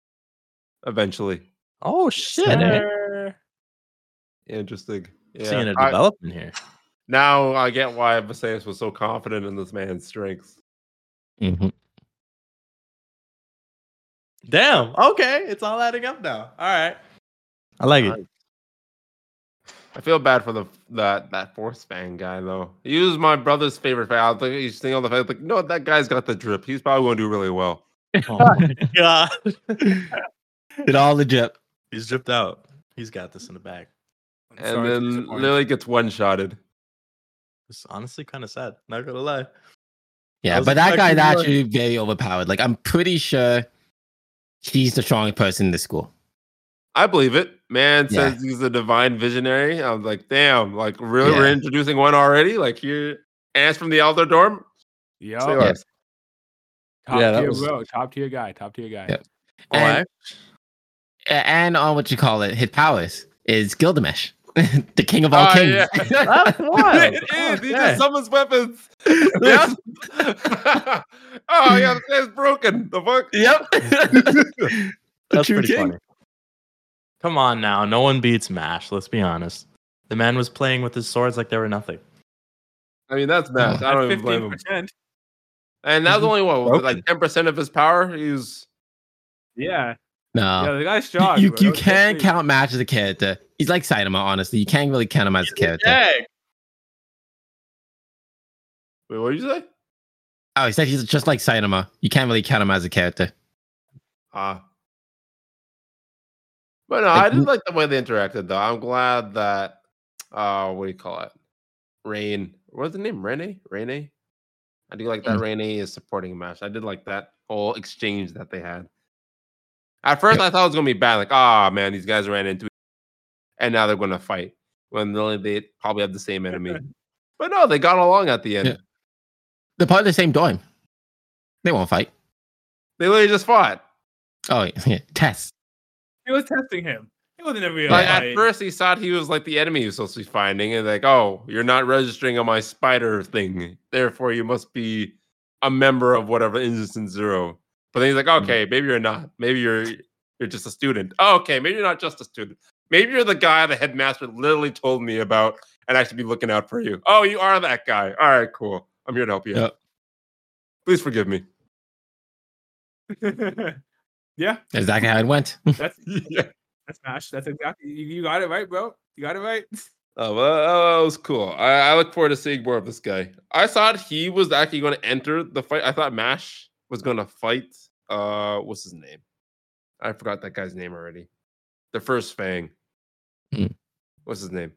Speaker 1: eventually.
Speaker 3: Oh shit!
Speaker 4: Send
Speaker 3: eh?
Speaker 4: it.
Speaker 5: Sir.
Speaker 1: Interesting. Yeah.
Speaker 3: Seeing a
Speaker 1: I-
Speaker 3: development here.
Speaker 1: now I get why Viserys was so confident in this man's strengths.
Speaker 4: Mhm.
Speaker 3: Damn. Okay, it's all adding up now. All right. I like it.
Speaker 1: I feel bad for the that that force fan guy though. He was my brother's favorite fan. I think he's thinking all the fact like, no, that guy's got the drip. He's probably going to do really well.
Speaker 3: Oh my god,
Speaker 4: Did all the drip.
Speaker 3: he's dripped out. He's got this in the bag.
Speaker 5: I'm
Speaker 1: And
Speaker 5: sorry to
Speaker 1: then
Speaker 5: disappoint.
Speaker 1: Lily gets one shotted.
Speaker 3: It's honestly kind of sad. Not gonna lie. I
Speaker 4: Yeah,
Speaker 3: was
Speaker 4: but that guy's
Speaker 3: expecting, like-
Speaker 4: actually very overpowered. Like I'm pretty sure he's the strongest person in the school.
Speaker 1: I believe it. Man
Speaker 4: Yeah.
Speaker 1: says he's a divine visionary. I was like, damn, like really, we're
Speaker 4: Yeah.
Speaker 1: introducing one already. Like here, ants from the Elder Dorm.
Speaker 5: Yo,
Speaker 1: Say
Speaker 5: top
Speaker 1: less.
Speaker 3: Yeah, that
Speaker 5: tier,
Speaker 3: was-
Speaker 5: bro. Top tier guy. Top tier guy.
Speaker 4: Yep.
Speaker 3: Oh,
Speaker 4: And-
Speaker 3: I-
Speaker 4: A- And on what you call it, his powers is Gilgamesh, the king of all
Speaker 1: Ah,
Speaker 4: kings.
Speaker 3: that's
Speaker 5: Oh,
Speaker 3: wild.
Speaker 1: It is. He
Speaker 3: Okay.
Speaker 1: just summons weapons. Yeah. oh yeah, the thing's broken. The fuck.
Speaker 4: yep. The
Speaker 3: That's
Speaker 4: true
Speaker 3: pretty funny. Come on now, no one beats Mash. Let's be honest. The man was playing with his swords like they were nothing.
Speaker 1: I mean, that's mad. I
Speaker 5: At
Speaker 1: don't even blame him.
Speaker 5: 15%.
Speaker 1: And that was
Speaker 3: Mhm.
Speaker 1: only what was it, like
Speaker 3: Broken.
Speaker 1: ten percent of his power. He was
Speaker 5: Yeah.
Speaker 4: No.
Speaker 5: Yeah, the guy's strong.
Speaker 4: you
Speaker 5: bro.
Speaker 4: you
Speaker 5: Don't
Speaker 4: can't
Speaker 5: sleep.
Speaker 4: count Mash as a character. He's like Saitama, honestly. You can't really count him as a character.
Speaker 1: wait, what did you say?
Speaker 4: Oh, he said he's just like Saitama. You can't really count him as a character.
Speaker 1: Ah. but no, I
Speaker 4: Like,
Speaker 1: did
Speaker 4: who-
Speaker 1: like the way they interacted though. I'm glad that uh what do you call it? Rain. What's the name? Rene? Rene? I do like that Rene is supporting Mash. I did like that whole exchange that they had. At first I thought it was gonna be bad, like, ah man, these guys ran into each and now they're gonna fight. When really they probably have the same enemy. but no, they got along at the end.
Speaker 4: Yeah. They're part of the same dorm. They won't fight.
Speaker 1: They literally just fought.
Speaker 4: Oh, yeah. Tess.
Speaker 5: He was testing him. He wasn't ever
Speaker 1: Like
Speaker 5: yeah.
Speaker 1: at first, he thought he was like the enemy he was supposed to be finding, and like, oh, you're not registering on my spider thing, therefore you must be a member of whatever instance zero. But then he's like, okay, maybe you're not. Maybe you're you're just a student. Oh, okay, maybe you're not just a student. Maybe you're the guy the headmaster literally told me about, and I should be looking out for you. Oh, you are that guy. All right, cool. I'm here to help you.
Speaker 4: Yeah.
Speaker 1: out. Please forgive me.
Speaker 5: yeah,
Speaker 4: That's exactly how it went.
Speaker 5: that's
Speaker 1: yeah.
Speaker 5: that's Mash. That's exactly you, you got it right, bro. You got it right.
Speaker 1: Oh, well, that was cool. I, I look forward to seeing more of this guy. I thought he was actually going to enter the fight. I thought Mash was going to fight. Uh, what's his name? I forgot that guy's name already. The first Fang.
Speaker 4: Hmm.
Speaker 1: What's his name?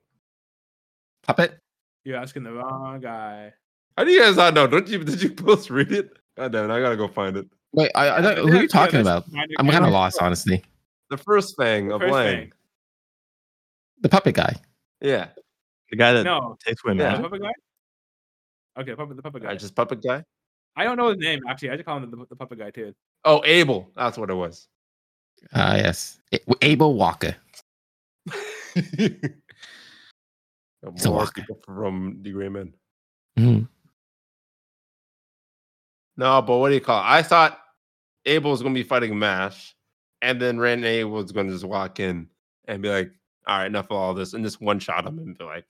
Speaker 4: Puppet.
Speaker 5: You're asking the wrong guy.
Speaker 1: How do you guys not know? Don't you? Did you post read it? God damn it! I gotta go find it.
Speaker 4: Wait, I, I don't, who are you talking about? I'm kind of lost, honestly.
Speaker 1: The first Fang
Speaker 5: The
Speaker 1: of
Speaker 5: first
Speaker 1: Lang.
Speaker 5: Fang.
Speaker 4: The puppet guy.
Speaker 1: Yeah,
Speaker 3: The guy that
Speaker 5: No,
Speaker 3: takes away
Speaker 1: Yeah.
Speaker 5: the
Speaker 3: magic.
Speaker 5: puppet guy. Okay, puppet, the puppet guy.
Speaker 1: I just puppet guy.
Speaker 5: I don't know his name actually. I just call him the, the puppet guy too.
Speaker 1: Oh, Abel. That's what it was.
Speaker 4: Ah, yes. A- Abel Walker.
Speaker 1: Of all
Speaker 4: walker.
Speaker 1: people from the Gray Men.
Speaker 4: Mhm.
Speaker 1: No, but what do you call it? I thought Abel was going to be fighting Mash, and then Rene was going to just walk in and be like, all right, enough of all this, and just one shot him and be like,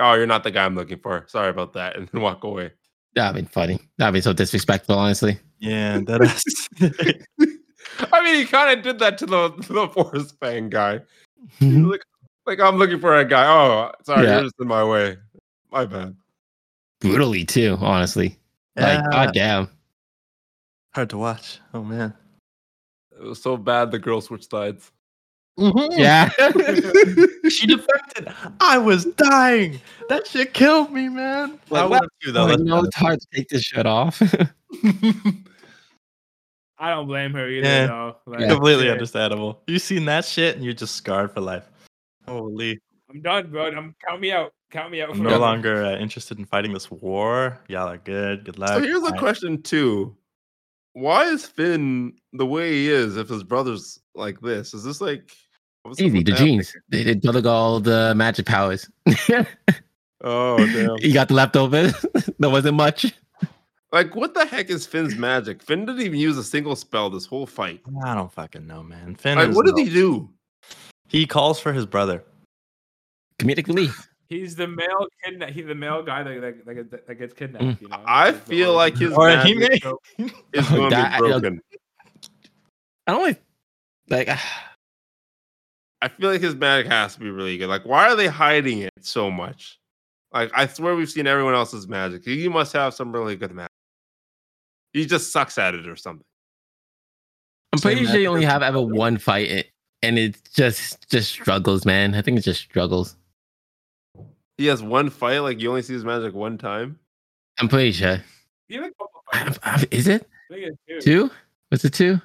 Speaker 1: oh, you're not the guy I'm looking for. Sorry about that. And then walk away.
Speaker 4: That'd been funny. That'd be so disrespectful, honestly.
Speaker 3: Yeah, that is.
Speaker 1: I mean, he kind of did that to the, the Forest Fang guy. He's like, like, I'm looking for a guy. Oh, sorry,
Speaker 4: Yeah.
Speaker 1: you're just in my way. My bad.
Speaker 4: Brutally, too, honestly. Like,
Speaker 3: Yeah,
Speaker 4: god damn.
Speaker 3: hard to watch. Oh man.
Speaker 1: It was so bad the girl switched sides.
Speaker 4: Yeah.
Speaker 3: she defected. I was dying. That shit killed me, man.
Speaker 4: Like,
Speaker 3: I
Speaker 4: what?
Speaker 3: would've too,
Speaker 4: I
Speaker 3: though.
Speaker 4: know it's hard to take this shirt off.
Speaker 5: I don't blame her either
Speaker 3: Yeah.
Speaker 5: though. Like,
Speaker 4: Yeah.
Speaker 3: completely
Speaker 5: shit.
Speaker 3: understandable. You seen that shit and you're just scarred for life. Holy.
Speaker 5: I I'm done, bro. I'm count me out. Count me out.
Speaker 3: I'm no
Speaker 5: forever.
Speaker 3: longer uh, interested in fighting this war. Y'all are good. Good luck.
Speaker 1: So here's a
Speaker 3: I-
Speaker 1: question too. Why is Finn the way he is if his brother's like this? Is this like what's up
Speaker 4: Easy,
Speaker 1: with
Speaker 4: the
Speaker 1: that?
Speaker 4: genes. They, they took all the magic powers.
Speaker 1: Oh damn.
Speaker 4: you got the leftovers. there wasn't much.
Speaker 1: like what the heck is Finn's magic? Finn didn't even use a single spell this whole fight.
Speaker 3: I don't fucking know, man. Finn.
Speaker 1: Like
Speaker 3: is
Speaker 1: what did
Speaker 3: no-
Speaker 1: he do?
Speaker 3: He calls for his brother.
Speaker 4: Comedic relief.
Speaker 5: He's the male kidna He's the male guy that that, that, gets- that gets kidnapped. You know.
Speaker 1: I
Speaker 5: He's the
Speaker 1: feel
Speaker 5: only-
Speaker 1: like his
Speaker 3: Or he
Speaker 1: magic
Speaker 3: may.
Speaker 1: is going to
Speaker 4: That-
Speaker 1: be broken.
Speaker 4: I don't like, like
Speaker 1: I feel like his magic has to be really good. Like, why are they hiding it so much? Like, I swear we've seen everyone else's magic. He must have some really good magic. He just sucks at it or something.
Speaker 4: I'm
Speaker 3: Same
Speaker 4: pretty sure you
Speaker 3: magic
Speaker 4: only
Speaker 3: as
Speaker 4: have
Speaker 3: the
Speaker 4: ever
Speaker 3: brother.
Speaker 4: one fight, it- and it's just just struggles, man. I think it's just struggles.
Speaker 1: He has one fight, like you only see his magic one time.
Speaker 4: I'm pretty sure.
Speaker 5: He had a couple
Speaker 4: I-
Speaker 5: fights.
Speaker 4: I- Is it
Speaker 5: I think it's two.
Speaker 4: two? Was it two?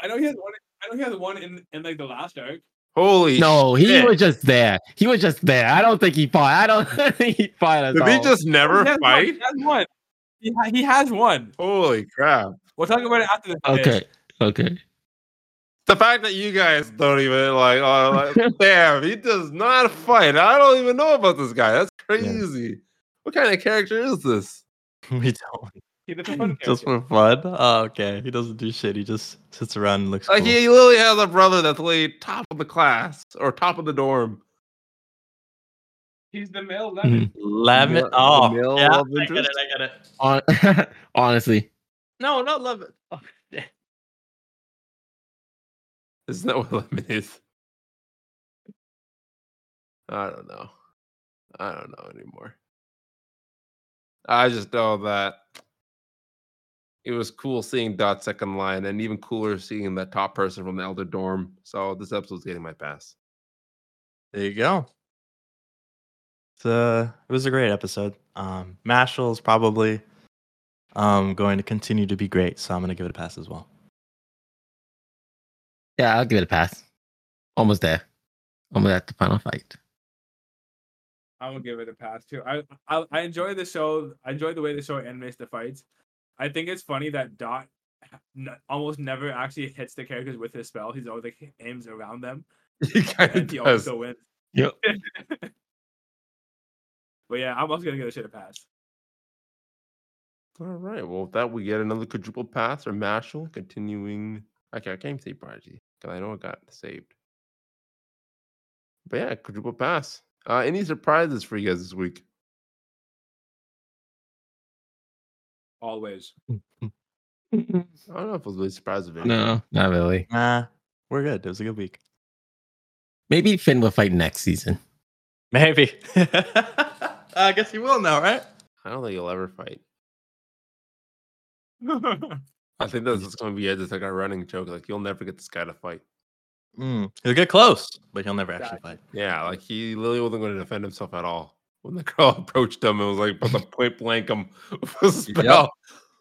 Speaker 5: I know he has one. I know he has one in, in like the last arc.
Speaker 1: Holy
Speaker 4: No, he
Speaker 1: shit.
Speaker 4: was just there. He was just there. I don't think he fought. I don't think he fought at
Speaker 1: Did
Speaker 4: all.
Speaker 1: he just never
Speaker 5: he has
Speaker 1: fight?
Speaker 5: One. He has one. He, ha- he has one.
Speaker 1: Holy crap.
Speaker 5: We'll talk about it after this. Nish.
Speaker 4: okay. Okay.
Speaker 1: The fact that you guys don't even like, oh, like damn, he does not fight. I don't even know about this guy. That's crazy. What kind of character is this?
Speaker 3: We don't.
Speaker 5: He's a fun
Speaker 3: Just for
Speaker 5: character.
Speaker 3: fun. Oh, okay. He doesn't do shit. He just sits around and looks.
Speaker 1: Like
Speaker 3: cool.
Speaker 1: he literally has a brother that's laid top of the class or top of the dorm.
Speaker 5: He's the male
Speaker 3: Mm-hmm.
Speaker 5: lemon.
Speaker 3: Lemon.
Speaker 1: Mil-
Speaker 3: Oh,
Speaker 1: mil
Speaker 3: yeah.
Speaker 1: love
Speaker 3: I get it.
Speaker 1: interest?
Speaker 3: I get it.
Speaker 4: Hon- honestly,
Speaker 3: No, not love it. Oh, yeah.
Speaker 1: Isn't that what lemon is? I don't know. I don't know anymore. I just know that it was cool seeing Dot second line, and even cooler seeing that top person from the Elder Dorm. So this episode's getting my pass.
Speaker 3: There you go. It's uh it was a great episode. Um, Mashal is probably um going to continue to be great, so I'm gonna give it a pass as well.
Speaker 4: yeah, I'll give it a pass. Almost there. Almost at the final fight.
Speaker 5: I'm gonna give it a pass too. I, I I enjoy the show. I enjoy the way the show animates the fights. I think it's funny that Dot ha- n- almost never actually hits the characters with his spell. He's always like aims around them,
Speaker 1: He kinda
Speaker 5: and he always
Speaker 1: does.
Speaker 5: still wins.
Speaker 4: Yep.
Speaker 5: But yeah, I'm also gonna give the shit a pass.
Speaker 1: All right. Well, with that, we get another quadruple pass or Mashal continuing. Okay, I can't even say Prodigy because I know it got saved. But yeah, quadruple pass. Uh, any surprises for you guys this week?
Speaker 5: Always.
Speaker 1: I don't know if I was really surprised with it.
Speaker 4: No, not really.
Speaker 3: Nah, we're good. It was a good week.
Speaker 4: Maybe Finn will fight next season.
Speaker 3: Maybe. I guess you will now, right?
Speaker 1: I don't think he'll ever fight.
Speaker 5: He's
Speaker 1: I think that's just going to be it. It's like a running joke. Like you'll never get this guy to fight.
Speaker 3: Mm. He'll get close, but he'll never actually fight.
Speaker 1: Yeah, like he literally wasn't going to defend himself at all. When the girl approached him, it was like about to point blank him with a spell.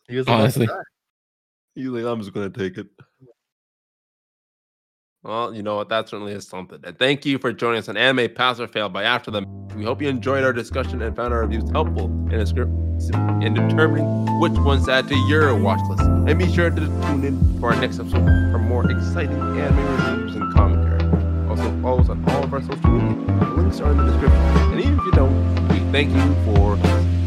Speaker 3: He was
Speaker 4: Honestly,
Speaker 1: He's like, I'm just gonna take it. Well, you know what? That certainly is something. And thank you for joining us on Anime Pass or Fail by After Them. We hope you enjoyed our discussion and found our reviews helpful in, a script, in determining which ones to add to your watch list. And be sure to tune in for our next episode for more exciting anime reviews and commentary. Also, follow us on all of our social media. The links are in the description. And even if you don't, we thank you for listening.